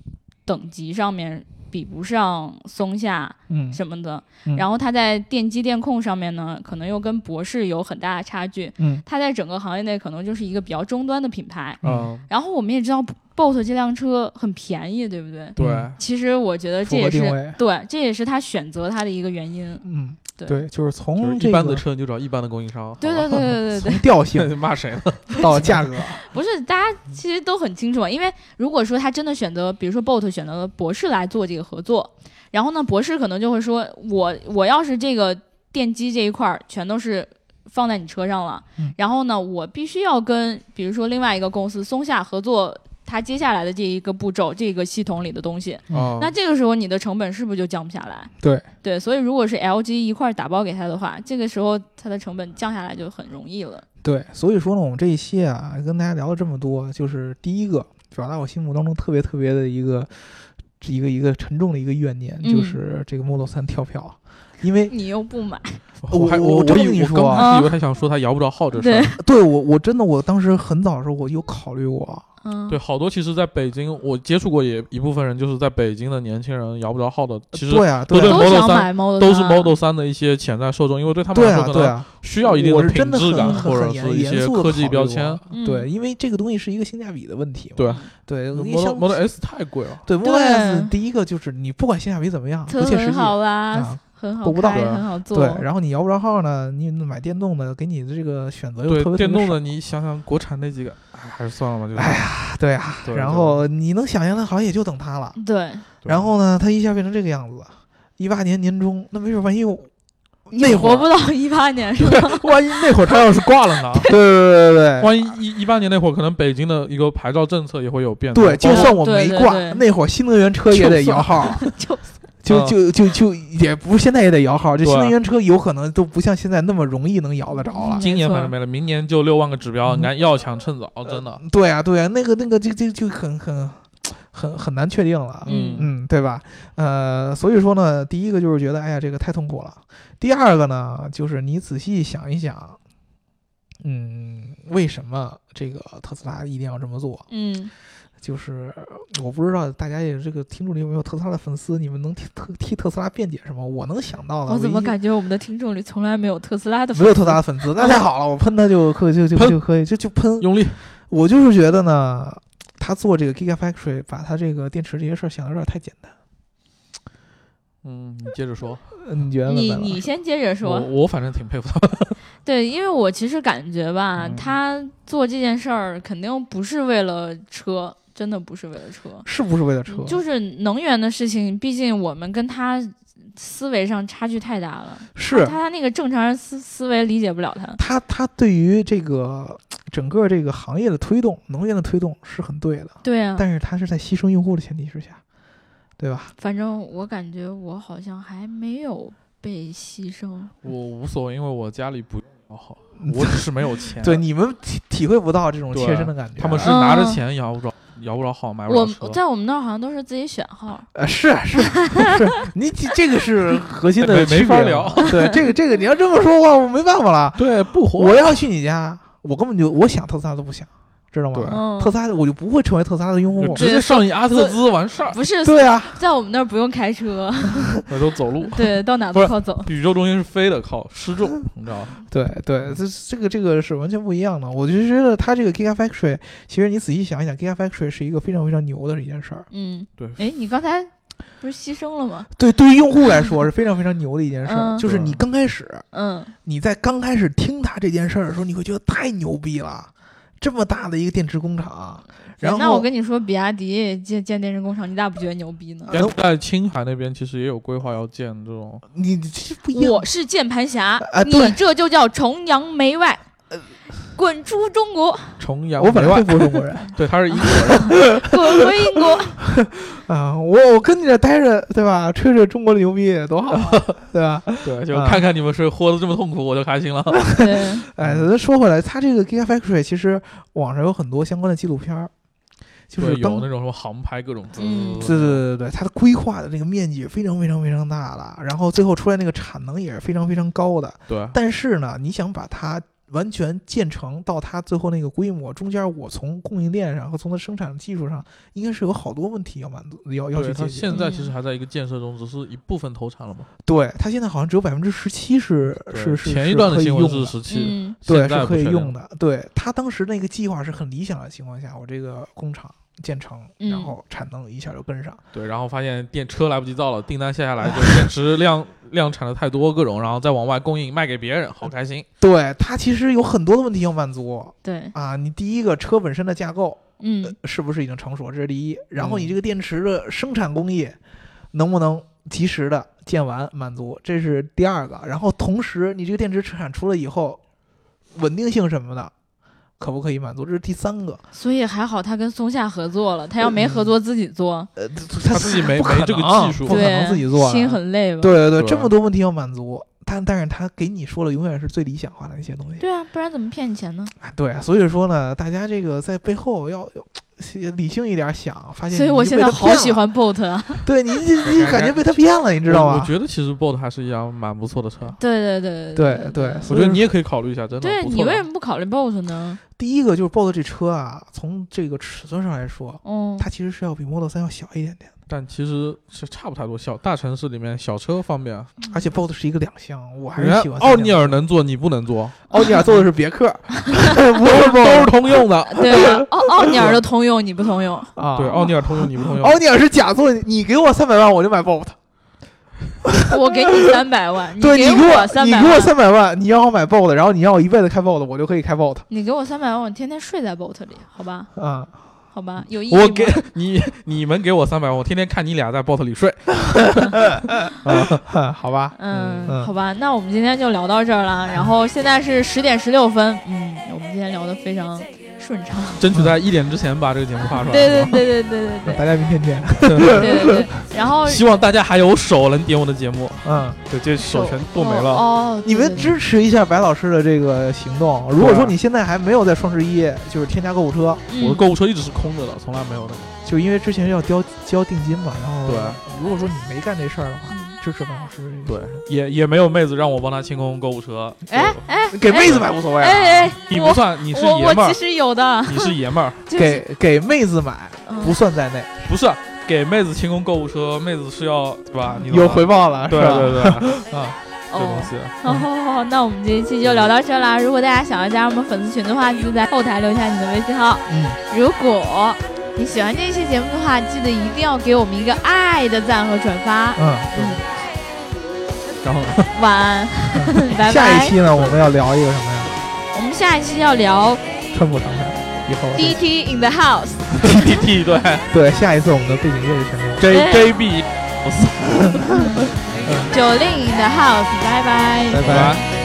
[SPEAKER 1] 等级上面比不上松下
[SPEAKER 2] 嗯
[SPEAKER 1] 什么的，
[SPEAKER 2] 嗯
[SPEAKER 1] 然后它在电机电控上面呢，可能又跟博士有很大的差距。
[SPEAKER 2] 嗯
[SPEAKER 1] 它在整个行业内可能就是一个比较终端的品牌。
[SPEAKER 3] 嗯，
[SPEAKER 1] 然后我们也知道 BOSS 这辆车很便宜，对不对？
[SPEAKER 3] 对，
[SPEAKER 2] 嗯
[SPEAKER 1] 其实我觉得这
[SPEAKER 2] 符合
[SPEAKER 1] 也
[SPEAKER 2] 定
[SPEAKER 1] 是
[SPEAKER 2] 位
[SPEAKER 1] 对，这也是他选择它的一个原因。
[SPEAKER 2] 嗯，
[SPEAKER 1] 对
[SPEAKER 2] 对，就是
[SPEAKER 3] 就是
[SPEAKER 2] 从
[SPEAKER 3] 一
[SPEAKER 2] 嗯这
[SPEAKER 3] 般的
[SPEAKER 2] 个
[SPEAKER 3] 车你就找一般的供应商，
[SPEAKER 1] 对对对对对对，
[SPEAKER 2] 从调性
[SPEAKER 3] 对，骂谁呢？
[SPEAKER 2] 到价格，
[SPEAKER 1] 不是大家其实都很清楚嘛，因为如果说他真的选择，比如说 BOT 选择了博士来做这个合作，然后呢，博士可能就会说，我我要是这个电机这一块儿全都是放在你车上了，
[SPEAKER 2] 嗯
[SPEAKER 1] 然后呢，我必须要跟比如说另外一个公司松下合作，它接下来的这一个步骤，这个系统里的东西，
[SPEAKER 2] 嗯
[SPEAKER 3] 啊，
[SPEAKER 1] 那这个时候你的成本是不是就降不下来？
[SPEAKER 2] 哦对
[SPEAKER 1] 对，所以如果是 LG 一块儿打包给他的话，这个时候它的成本降下来就很容易了。
[SPEAKER 2] 对，所以说呢，我们这一期啊，跟大家聊了这么多，就是第一个，表达我心目当中特别特别的一个，一个一个沉重的一个怨念，
[SPEAKER 1] 嗯
[SPEAKER 2] 就是这个 Model 3跳票，因为
[SPEAKER 1] 你又不买，
[SPEAKER 2] 我
[SPEAKER 3] 还
[SPEAKER 2] 我
[SPEAKER 3] 我
[SPEAKER 2] 真
[SPEAKER 3] 以
[SPEAKER 2] 跟你
[SPEAKER 3] 为
[SPEAKER 2] 说
[SPEAKER 3] 刚
[SPEAKER 2] 啊
[SPEAKER 3] 开始以为他想说他摇不着号这事
[SPEAKER 1] 对
[SPEAKER 3] 儿。
[SPEAKER 2] 对我我真的我当时很早的时候我有考虑过，
[SPEAKER 1] 嗯，
[SPEAKER 3] 对，好多其实在北京，我接触过也一部分人，就是在北京的年轻人摇不着号的，其实
[SPEAKER 2] 对啊
[SPEAKER 3] 都对
[SPEAKER 2] 对啊
[SPEAKER 1] 都
[SPEAKER 3] Model
[SPEAKER 1] 想
[SPEAKER 3] 3
[SPEAKER 1] 买 Model，
[SPEAKER 3] 都是
[SPEAKER 1] 3
[SPEAKER 3] Model 三的一些潜在受众，因为对他们
[SPEAKER 2] 对
[SPEAKER 3] 来说
[SPEAKER 2] 啊
[SPEAKER 3] 可
[SPEAKER 2] 对
[SPEAKER 3] 能
[SPEAKER 2] 啊，
[SPEAKER 3] 需要一定
[SPEAKER 2] 我是
[SPEAKER 3] 品
[SPEAKER 2] 真的
[SPEAKER 3] 质感，
[SPEAKER 2] 很
[SPEAKER 3] 或者
[SPEAKER 2] 很
[SPEAKER 3] 是
[SPEAKER 2] 严
[SPEAKER 3] 一
[SPEAKER 2] 严
[SPEAKER 3] 些
[SPEAKER 2] 肃地
[SPEAKER 3] 科技
[SPEAKER 2] 考虑
[SPEAKER 3] 标
[SPEAKER 2] 过
[SPEAKER 3] 签。
[SPEAKER 1] 嗯
[SPEAKER 2] 对，因为这个东西是一个性价比的问题嘛，
[SPEAKER 3] 对
[SPEAKER 2] 对，你
[SPEAKER 3] Model
[SPEAKER 2] 相
[SPEAKER 3] Model S 太贵了，
[SPEAKER 2] 对 Model
[SPEAKER 1] 对
[SPEAKER 2] S 第一个就是你不管性价比怎么样，
[SPEAKER 1] 车
[SPEAKER 2] 不切实
[SPEAKER 1] 很
[SPEAKER 2] 际。
[SPEAKER 1] 好啦
[SPEAKER 2] 啊，
[SPEAKER 1] 很好
[SPEAKER 2] 够不到
[SPEAKER 1] 开，
[SPEAKER 3] 的
[SPEAKER 1] 很好做。
[SPEAKER 2] 对，然后你摇不着号呢，你买电动的，给你的这个选择又特别特
[SPEAKER 3] 对
[SPEAKER 2] 别
[SPEAKER 3] 电动
[SPEAKER 2] 少
[SPEAKER 3] 的，你想想国产那几个，哎，还是算了吧，就是
[SPEAKER 2] 哎呀，对啊，
[SPEAKER 3] 对
[SPEAKER 2] 然
[SPEAKER 3] 对
[SPEAKER 2] 后你能想象的，好像也就等它了。
[SPEAKER 1] 对
[SPEAKER 3] 对
[SPEAKER 2] 然后呢，它一下变成这个样子，一八年年中，那没准万一我那
[SPEAKER 1] 你
[SPEAKER 2] 会
[SPEAKER 1] 活
[SPEAKER 2] 儿，
[SPEAKER 1] 不到 一八年是吧？
[SPEAKER 3] 万一那会儿他要是挂 了呢？啊
[SPEAKER 2] 对对对对
[SPEAKER 3] 万一一一八年那会儿，可能北京的一个牌照政策也会有变动。
[SPEAKER 2] 对，就
[SPEAKER 3] 包括
[SPEAKER 2] 算我
[SPEAKER 1] 对
[SPEAKER 2] 没
[SPEAKER 1] 对
[SPEAKER 2] 挂，
[SPEAKER 1] 对
[SPEAKER 2] 那会儿新能源车也
[SPEAKER 3] 就
[SPEAKER 2] 得
[SPEAKER 3] 算
[SPEAKER 2] 摇号，
[SPEAKER 1] 就
[SPEAKER 2] 就
[SPEAKER 3] 嗯
[SPEAKER 2] 就就就也不是现在也得摇号，这
[SPEAKER 3] 对
[SPEAKER 2] 新能源车有可能都不像现在那么容易能摇得着了
[SPEAKER 1] 嗯。
[SPEAKER 3] 今年
[SPEAKER 1] 没错
[SPEAKER 3] 反正没了，明年就六万个指标，
[SPEAKER 2] 嗯
[SPEAKER 3] 你看要抢趁早，真的。
[SPEAKER 2] 对啊，对啊，那个那个，这这就很很很很难确定了。
[SPEAKER 1] 嗯
[SPEAKER 2] 嗯，对吧？呃，所以说呢，第一个就是觉得，哎呀，这个太痛苦了。第二个呢，就是你仔细想一想，嗯，为什么这个特斯拉一定要这么做？
[SPEAKER 1] 嗯，
[SPEAKER 2] 就是我不知道大家也这个听众里有没有特斯拉的粉丝，你们能替特替特斯拉辩解什么？我能想到的，
[SPEAKER 1] 我怎么
[SPEAKER 2] 唯一
[SPEAKER 1] 感觉我们的听众里从来没有特斯拉的粉丝？
[SPEAKER 2] 没有特斯拉的粉丝？那太好了，我喷他就可以，就就
[SPEAKER 3] 喷
[SPEAKER 2] 就可以，就就喷。
[SPEAKER 3] 用力，
[SPEAKER 2] 我就是觉得呢，他做这个 Gigafactory，把他这个电池这些事儿想的有点太简单。
[SPEAKER 3] 嗯，你接着说。
[SPEAKER 2] 嗯你觉得呢？
[SPEAKER 1] 你
[SPEAKER 2] 白老师
[SPEAKER 1] 你先接着
[SPEAKER 3] 我
[SPEAKER 1] 说，
[SPEAKER 3] 我反正挺佩服他。
[SPEAKER 1] 对，因为我其实感觉吧，
[SPEAKER 2] 嗯
[SPEAKER 1] 他做这件事儿肯定不是为了车，真的不是为了车，
[SPEAKER 2] 是不是为了车？
[SPEAKER 1] 就是能源的事情，毕竟我们跟他思维上差距太大了，
[SPEAKER 2] 是
[SPEAKER 1] 他那个正常人思思维理解不了他。
[SPEAKER 2] 他他对于这个整个这个行业的推动、能源的推动是很对的，
[SPEAKER 1] 对啊，
[SPEAKER 2] 但是他是在牺牲用户的前提之下，对吧？
[SPEAKER 1] 反正我感觉我好像还没有被牺牲。
[SPEAKER 3] 我无所谓，因为我家里不摇 号，我只是没有钱。
[SPEAKER 2] 对，你们体体会不到这种
[SPEAKER 3] 嗯对啊
[SPEAKER 2] 切身的感觉。啊
[SPEAKER 3] 他们是拿着钱摇不着，摇不着号，买不
[SPEAKER 1] 嗯我
[SPEAKER 3] 着车。
[SPEAKER 1] 在我们那儿好像都是自己选号，
[SPEAKER 2] 呃是是啊 是，你这这个是核心的
[SPEAKER 3] 没
[SPEAKER 2] 区
[SPEAKER 3] 没法
[SPEAKER 2] 别
[SPEAKER 3] 聊
[SPEAKER 2] 了。对，这个这个你要这么说话，我没办法了。
[SPEAKER 3] 对，不活。
[SPEAKER 2] 我要去你家，我根本就我想特斯拉都不想，知道
[SPEAKER 3] 对
[SPEAKER 2] 吗？
[SPEAKER 1] 嗯，
[SPEAKER 2] 特斯拉我就不会成为特斯拉的用户
[SPEAKER 3] 就。直接上一阿特兹完事儿，
[SPEAKER 1] 不是
[SPEAKER 2] 对啊，
[SPEAKER 1] 在我们那儿不用开 车，
[SPEAKER 3] 那都走路。
[SPEAKER 1] 对，到哪
[SPEAKER 3] 不
[SPEAKER 1] 都
[SPEAKER 3] 是
[SPEAKER 1] 靠走。
[SPEAKER 3] 宇宙中心是飞的，靠失 重，你知道吗？
[SPEAKER 2] 对对，这这个这个是完全不一样的。我就觉得它这个 Gigafactory，其实你仔细想一想，Gigafactory 是一个非常非常牛的一件事儿。
[SPEAKER 1] 嗯，
[SPEAKER 3] 对
[SPEAKER 1] 哎，你刚才不是牺牲了吗？
[SPEAKER 2] 对，对于用户 来说是非常非常牛的一件事儿。
[SPEAKER 1] 嗯
[SPEAKER 2] 就是你
[SPEAKER 3] 对
[SPEAKER 2] 刚开始，
[SPEAKER 1] 嗯，
[SPEAKER 2] 你在刚开始听它这件事儿的时候，你会觉得太牛逼了，这么大的一个电池工厂，然后
[SPEAKER 1] 那我跟你说，比亚迪建建电池工厂，你咋不觉得牛逼呢？
[SPEAKER 2] 然后
[SPEAKER 3] 在青海那边其实也有规划要建这种，
[SPEAKER 2] 你你这不一样
[SPEAKER 1] 我。是键盘侠，
[SPEAKER 2] 啊
[SPEAKER 1] 你
[SPEAKER 2] 对呃
[SPEAKER 1] 这就叫崇洋媚外，滚出中国，
[SPEAKER 3] 崇洋
[SPEAKER 2] 我本来
[SPEAKER 3] 媚
[SPEAKER 2] 就
[SPEAKER 3] 外
[SPEAKER 2] 不是中国人
[SPEAKER 3] 对，他是英 国人，
[SPEAKER 1] 滚回英国。
[SPEAKER 2] 啊，我我跟你这待着，对吧？吹吹中国的牛逼多好 啊，对吧？
[SPEAKER 3] 对，就
[SPEAKER 2] 啊
[SPEAKER 3] 看看你们是活得这么痛苦，我就开心了。
[SPEAKER 1] 对，
[SPEAKER 2] 哎，
[SPEAKER 3] 嗯
[SPEAKER 2] 咱说回来，它这个 Gigafactory 其实网上有很多相关的纪录片儿， 就是
[SPEAKER 3] 对
[SPEAKER 2] 当
[SPEAKER 3] 有那种什么航拍各种滋
[SPEAKER 1] 嗯，
[SPEAKER 2] 对对对对，它的规划的那个面积非常非常非常大了，然后最后出来那个产能也是非常非常高的。
[SPEAKER 3] 对
[SPEAKER 2] 但是呢，你想把它完全建成到它最后那个规模，中间我从供应链上和从它生产技术上，应该是有好多问题要满足，要要去
[SPEAKER 3] 对，它
[SPEAKER 2] 解决。
[SPEAKER 3] 现在其实还在一个建设中，只是一部分投产了嘛。
[SPEAKER 2] 对它现在好像只有百分之十七是
[SPEAKER 3] 对
[SPEAKER 2] 是是
[SPEAKER 3] 前一段的
[SPEAKER 2] 是可以
[SPEAKER 3] 新闻
[SPEAKER 2] 用
[SPEAKER 3] 是
[SPEAKER 2] 的，
[SPEAKER 3] 十七，
[SPEAKER 1] 嗯
[SPEAKER 2] 对
[SPEAKER 3] 现在
[SPEAKER 2] 是
[SPEAKER 3] 不
[SPEAKER 2] 可以
[SPEAKER 3] 确定
[SPEAKER 2] 用的。对它当时那个计划是很理想的情况下，我这个工厂建成，然
[SPEAKER 1] 嗯
[SPEAKER 2] 后产能一下就跟上。
[SPEAKER 3] 对，然后发现电车来不及造了，订单下下来就是电池量量产的太多，各种，然后再往外供应卖给别人，好开心。
[SPEAKER 2] 对它其实有很多的问题要满足
[SPEAKER 1] 对，
[SPEAKER 2] 啊！你第一个车本身的架构呃
[SPEAKER 1] 嗯
[SPEAKER 2] 是不是已经成熟，这是第一。然后你
[SPEAKER 3] 嗯
[SPEAKER 2] 这个电池的生产工艺能不能及时的建完满足，这是第二个。然后同时你这个电池产出了以后，稳定性什么的。可不可以满足？这是第三个，
[SPEAKER 1] 所以还好他跟松下合作了，他要没合作自己做，
[SPEAKER 2] 呃，他
[SPEAKER 3] 他
[SPEAKER 2] 他
[SPEAKER 3] 自己没
[SPEAKER 2] 不可能
[SPEAKER 3] 没这个技术
[SPEAKER 2] 不可能
[SPEAKER 1] 对，
[SPEAKER 2] 自己做啊。
[SPEAKER 1] 心很累吧？
[SPEAKER 2] 对对对，
[SPEAKER 3] 对
[SPEAKER 2] 这么多问题要满足，但但是他给你说了，永远是最理想化的那些东西。
[SPEAKER 1] 对啊，不然怎么骗你钱呢？
[SPEAKER 2] 啊对，所以说呢，大家这个在背后要要理性一点想，发现
[SPEAKER 1] 所以
[SPEAKER 2] 你
[SPEAKER 1] 我
[SPEAKER 2] 就
[SPEAKER 1] 现
[SPEAKER 2] 被
[SPEAKER 1] 在
[SPEAKER 2] 他
[SPEAKER 1] 好
[SPEAKER 2] 骗
[SPEAKER 1] 喜
[SPEAKER 2] 了，
[SPEAKER 1] 欢 bot 啊！
[SPEAKER 2] 对你你你感觉被他骗了，你知道
[SPEAKER 3] 我
[SPEAKER 2] 吗
[SPEAKER 3] 我？觉得其实 Bolt 还是一辆蛮不错的车，
[SPEAKER 1] 对对对
[SPEAKER 2] 对对，
[SPEAKER 3] 我
[SPEAKER 2] 所以
[SPEAKER 3] 觉得你
[SPEAKER 2] 说
[SPEAKER 3] 也可以考虑一下，真的。
[SPEAKER 1] 对
[SPEAKER 3] 不错
[SPEAKER 1] 你
[SPEAKER 3] 的
[SPEAKER 1] 为什么不考虑 bot 呢？
[SPEAKER 2] 第一个就是 BOSS 这车啊，从这个尺寸上来说，
[SPEAKER 1] 嗯，
[SPEAKER 2] 它其实是要比 Model 3要小一点点的，
[SPEAKER 3] 但其实是差不太多，小大城市里面小车方便，
[SPEAKER 1] 嗯
[SPEAKER 2] 而且 BOSS 是一个两厢，我还
[SPEAKER 3] 人
[SPEAKER 2] 是
[SPEAKER 3] 家
[SPEAKER 2] 喜欢
[SPEAKER 3] 奥尼
[SPEAKER 2] 尔，
[SPEAKER 3] 尔能做，你不能做，
[SPEAKER 2] 奥尼尔坐的是别克， 不是
[SPEAKER 3] 都是
[SPEAKER 2] BOSS
[SPEAKER 3] 通用的。
[SPEAKER 1] 对啊，奥奥尼尔的通用你不通 用，
[SPEAKER 2] 啊，
[SPEAKER 3] 对，奥尼尔通用，你不通用。
[SPEAKER 2] 奥尼尔是假座，你给我三百万我就买 BOSS。
[SPEAKER 1] 我给你三百万，
[SPEAKER 2] 对你给
[SPEAKER 1] 我
[SPEAKER 2] 我，
[SPEAKER 1] 三
[SPEAKER 2] 你
[SPEAKER 1] 百
[SPEAKER 2] 给我
[SPEAKER 1] 万，
[SPEAKER 2] 三百万，你让我买 BOT，然后你让我一辈子开 BOT，我就可以开 BOT
[SPEAKER 1] 你给我三百万，我天天睡在 bot 里，好吧，
[SPEAKER 2] 啊、
[SPEAKER 1] 好吧，有意义吗
[SPEAKER 3] 我给你，你们给我三百万，我天天看你俩在 bot 里 睡。啊
[SPEAKER 2] 哼 好吧，嗯
[SPEAKER 1] 嗯，好吧，那我们今天就聊到这儿了。然后现在是十点十六分，嗯，我们今天聊得非常顺畅。
[SPEAKER 3] 争取在一点之前把这个节目发出来。
[SPEAKER 1] 对对
[SPEAKER 3] 是吧
[SPEAKER 1] 对对对对
[SPEAKER 2] 大家明天见。
[SPEAKER 1] 对对对对。然后
[SPEAKER 3] 希望大家还有手能点我的节目，
[SPEAKER 2] 嗯，
[SPEAKER 3] 对，这手全剁没了。
[SPEAKER 1] 哦，哦
[SPEAKER 2] 你们
[SPEAKER 1] 对对
[SPEAKER 2] 支持一下白老师的这个行动。如果
[SPEAKER 3] 对啊
[SPEAKER 2] 说你现在还没有在双十一就是添加购物车，
[SPEAKER 1] 嗯
[SPEAKER 3] 我的购物车一直是空着的，从来没有的。
[SPEAKER 2] 就因为之前要交交定金嘛，然后
[SPEAKER 3] 对，啊
[SPEAKER 2] 如果说你没干这事儿的话，
[SPEAKER 1] 嗯
[SPEAKER 2] 支持白老师。
[SPEAKER 3] 对，也也没有妹子让我帮她清空购物车。
[SPEAKER 1] 哎哎
[SPEAKER 2] 给妹子买无所谓啊，
[SPEAKER 1] 哎哎，
[SPEAKER 3] 你不
[SPEAKER 1] 我
[SPEAKER 3] 算，你是
[SPEAKER 1] 我
[SPEAKER 3] 爷
[SPEAKER 1] 我
[SPEAKER 3] 们
[SPEAKER 1] 其
[SPEAKER 3] 儿，
[SPEAKER 1] 实有的，
[SPEAKER 3] 你是爷们儿，
[SPEAKER 1] 就是
[SPEAKER 2] 给给妹子买
[SPEAKER 1] 嗯
[SPEAKER 2] 不算在内，
[SPEAKER 3] 不是给妹子清空购物车，妹子是要对吧？你懂
[SPEAKER 2] 有
[SPEAKER 3] 吧
[SPEAKER 2] 回报了，
[SPEAKER 3] 啊对
[SPEAKER 2] 是吧？
[SPEAKER 3] 对啊对， 这
[SPEAKER 1] 哦
[SPEAKER 3] 东。西。
[SPEAKER 1] 好好好好，那我们这一期就聊到这啦。如果大家想要加入我们粉丝群的话，记得在后台留下你的微信号。
[SPEAKER 2] 嗯，
[SPEAKER 1] 如果你喜欢这一期节目的话，记得一定要给我们一个爱的赞和转发。
[SPEAKER 2] 嗯，
[SPEAKER 1] 嗯，
[SPEAKER 3] 然后
[SPEAKER 1] 晚安，拜拜。
[SPEAKER 2] 下一期呢，我们要聊一个什么呀？
[SPEAKER 1] 我们下一期要聊
[SPEAKER 2] 川普上台以后，
[SPEAKER 1] DT in the house。
[SPEAKER 3] T T T 对
[SPEAKER 2] 对，下一次我们的背景乐是什么呀？
[SPEAKER 1] 哎
[SPEAKER 3] J J B，我操，
[SPEAKER 1] 九令 in the house，拜拜
[SPEAKER 2] 拜
[SPEAKER 3] 拜拜。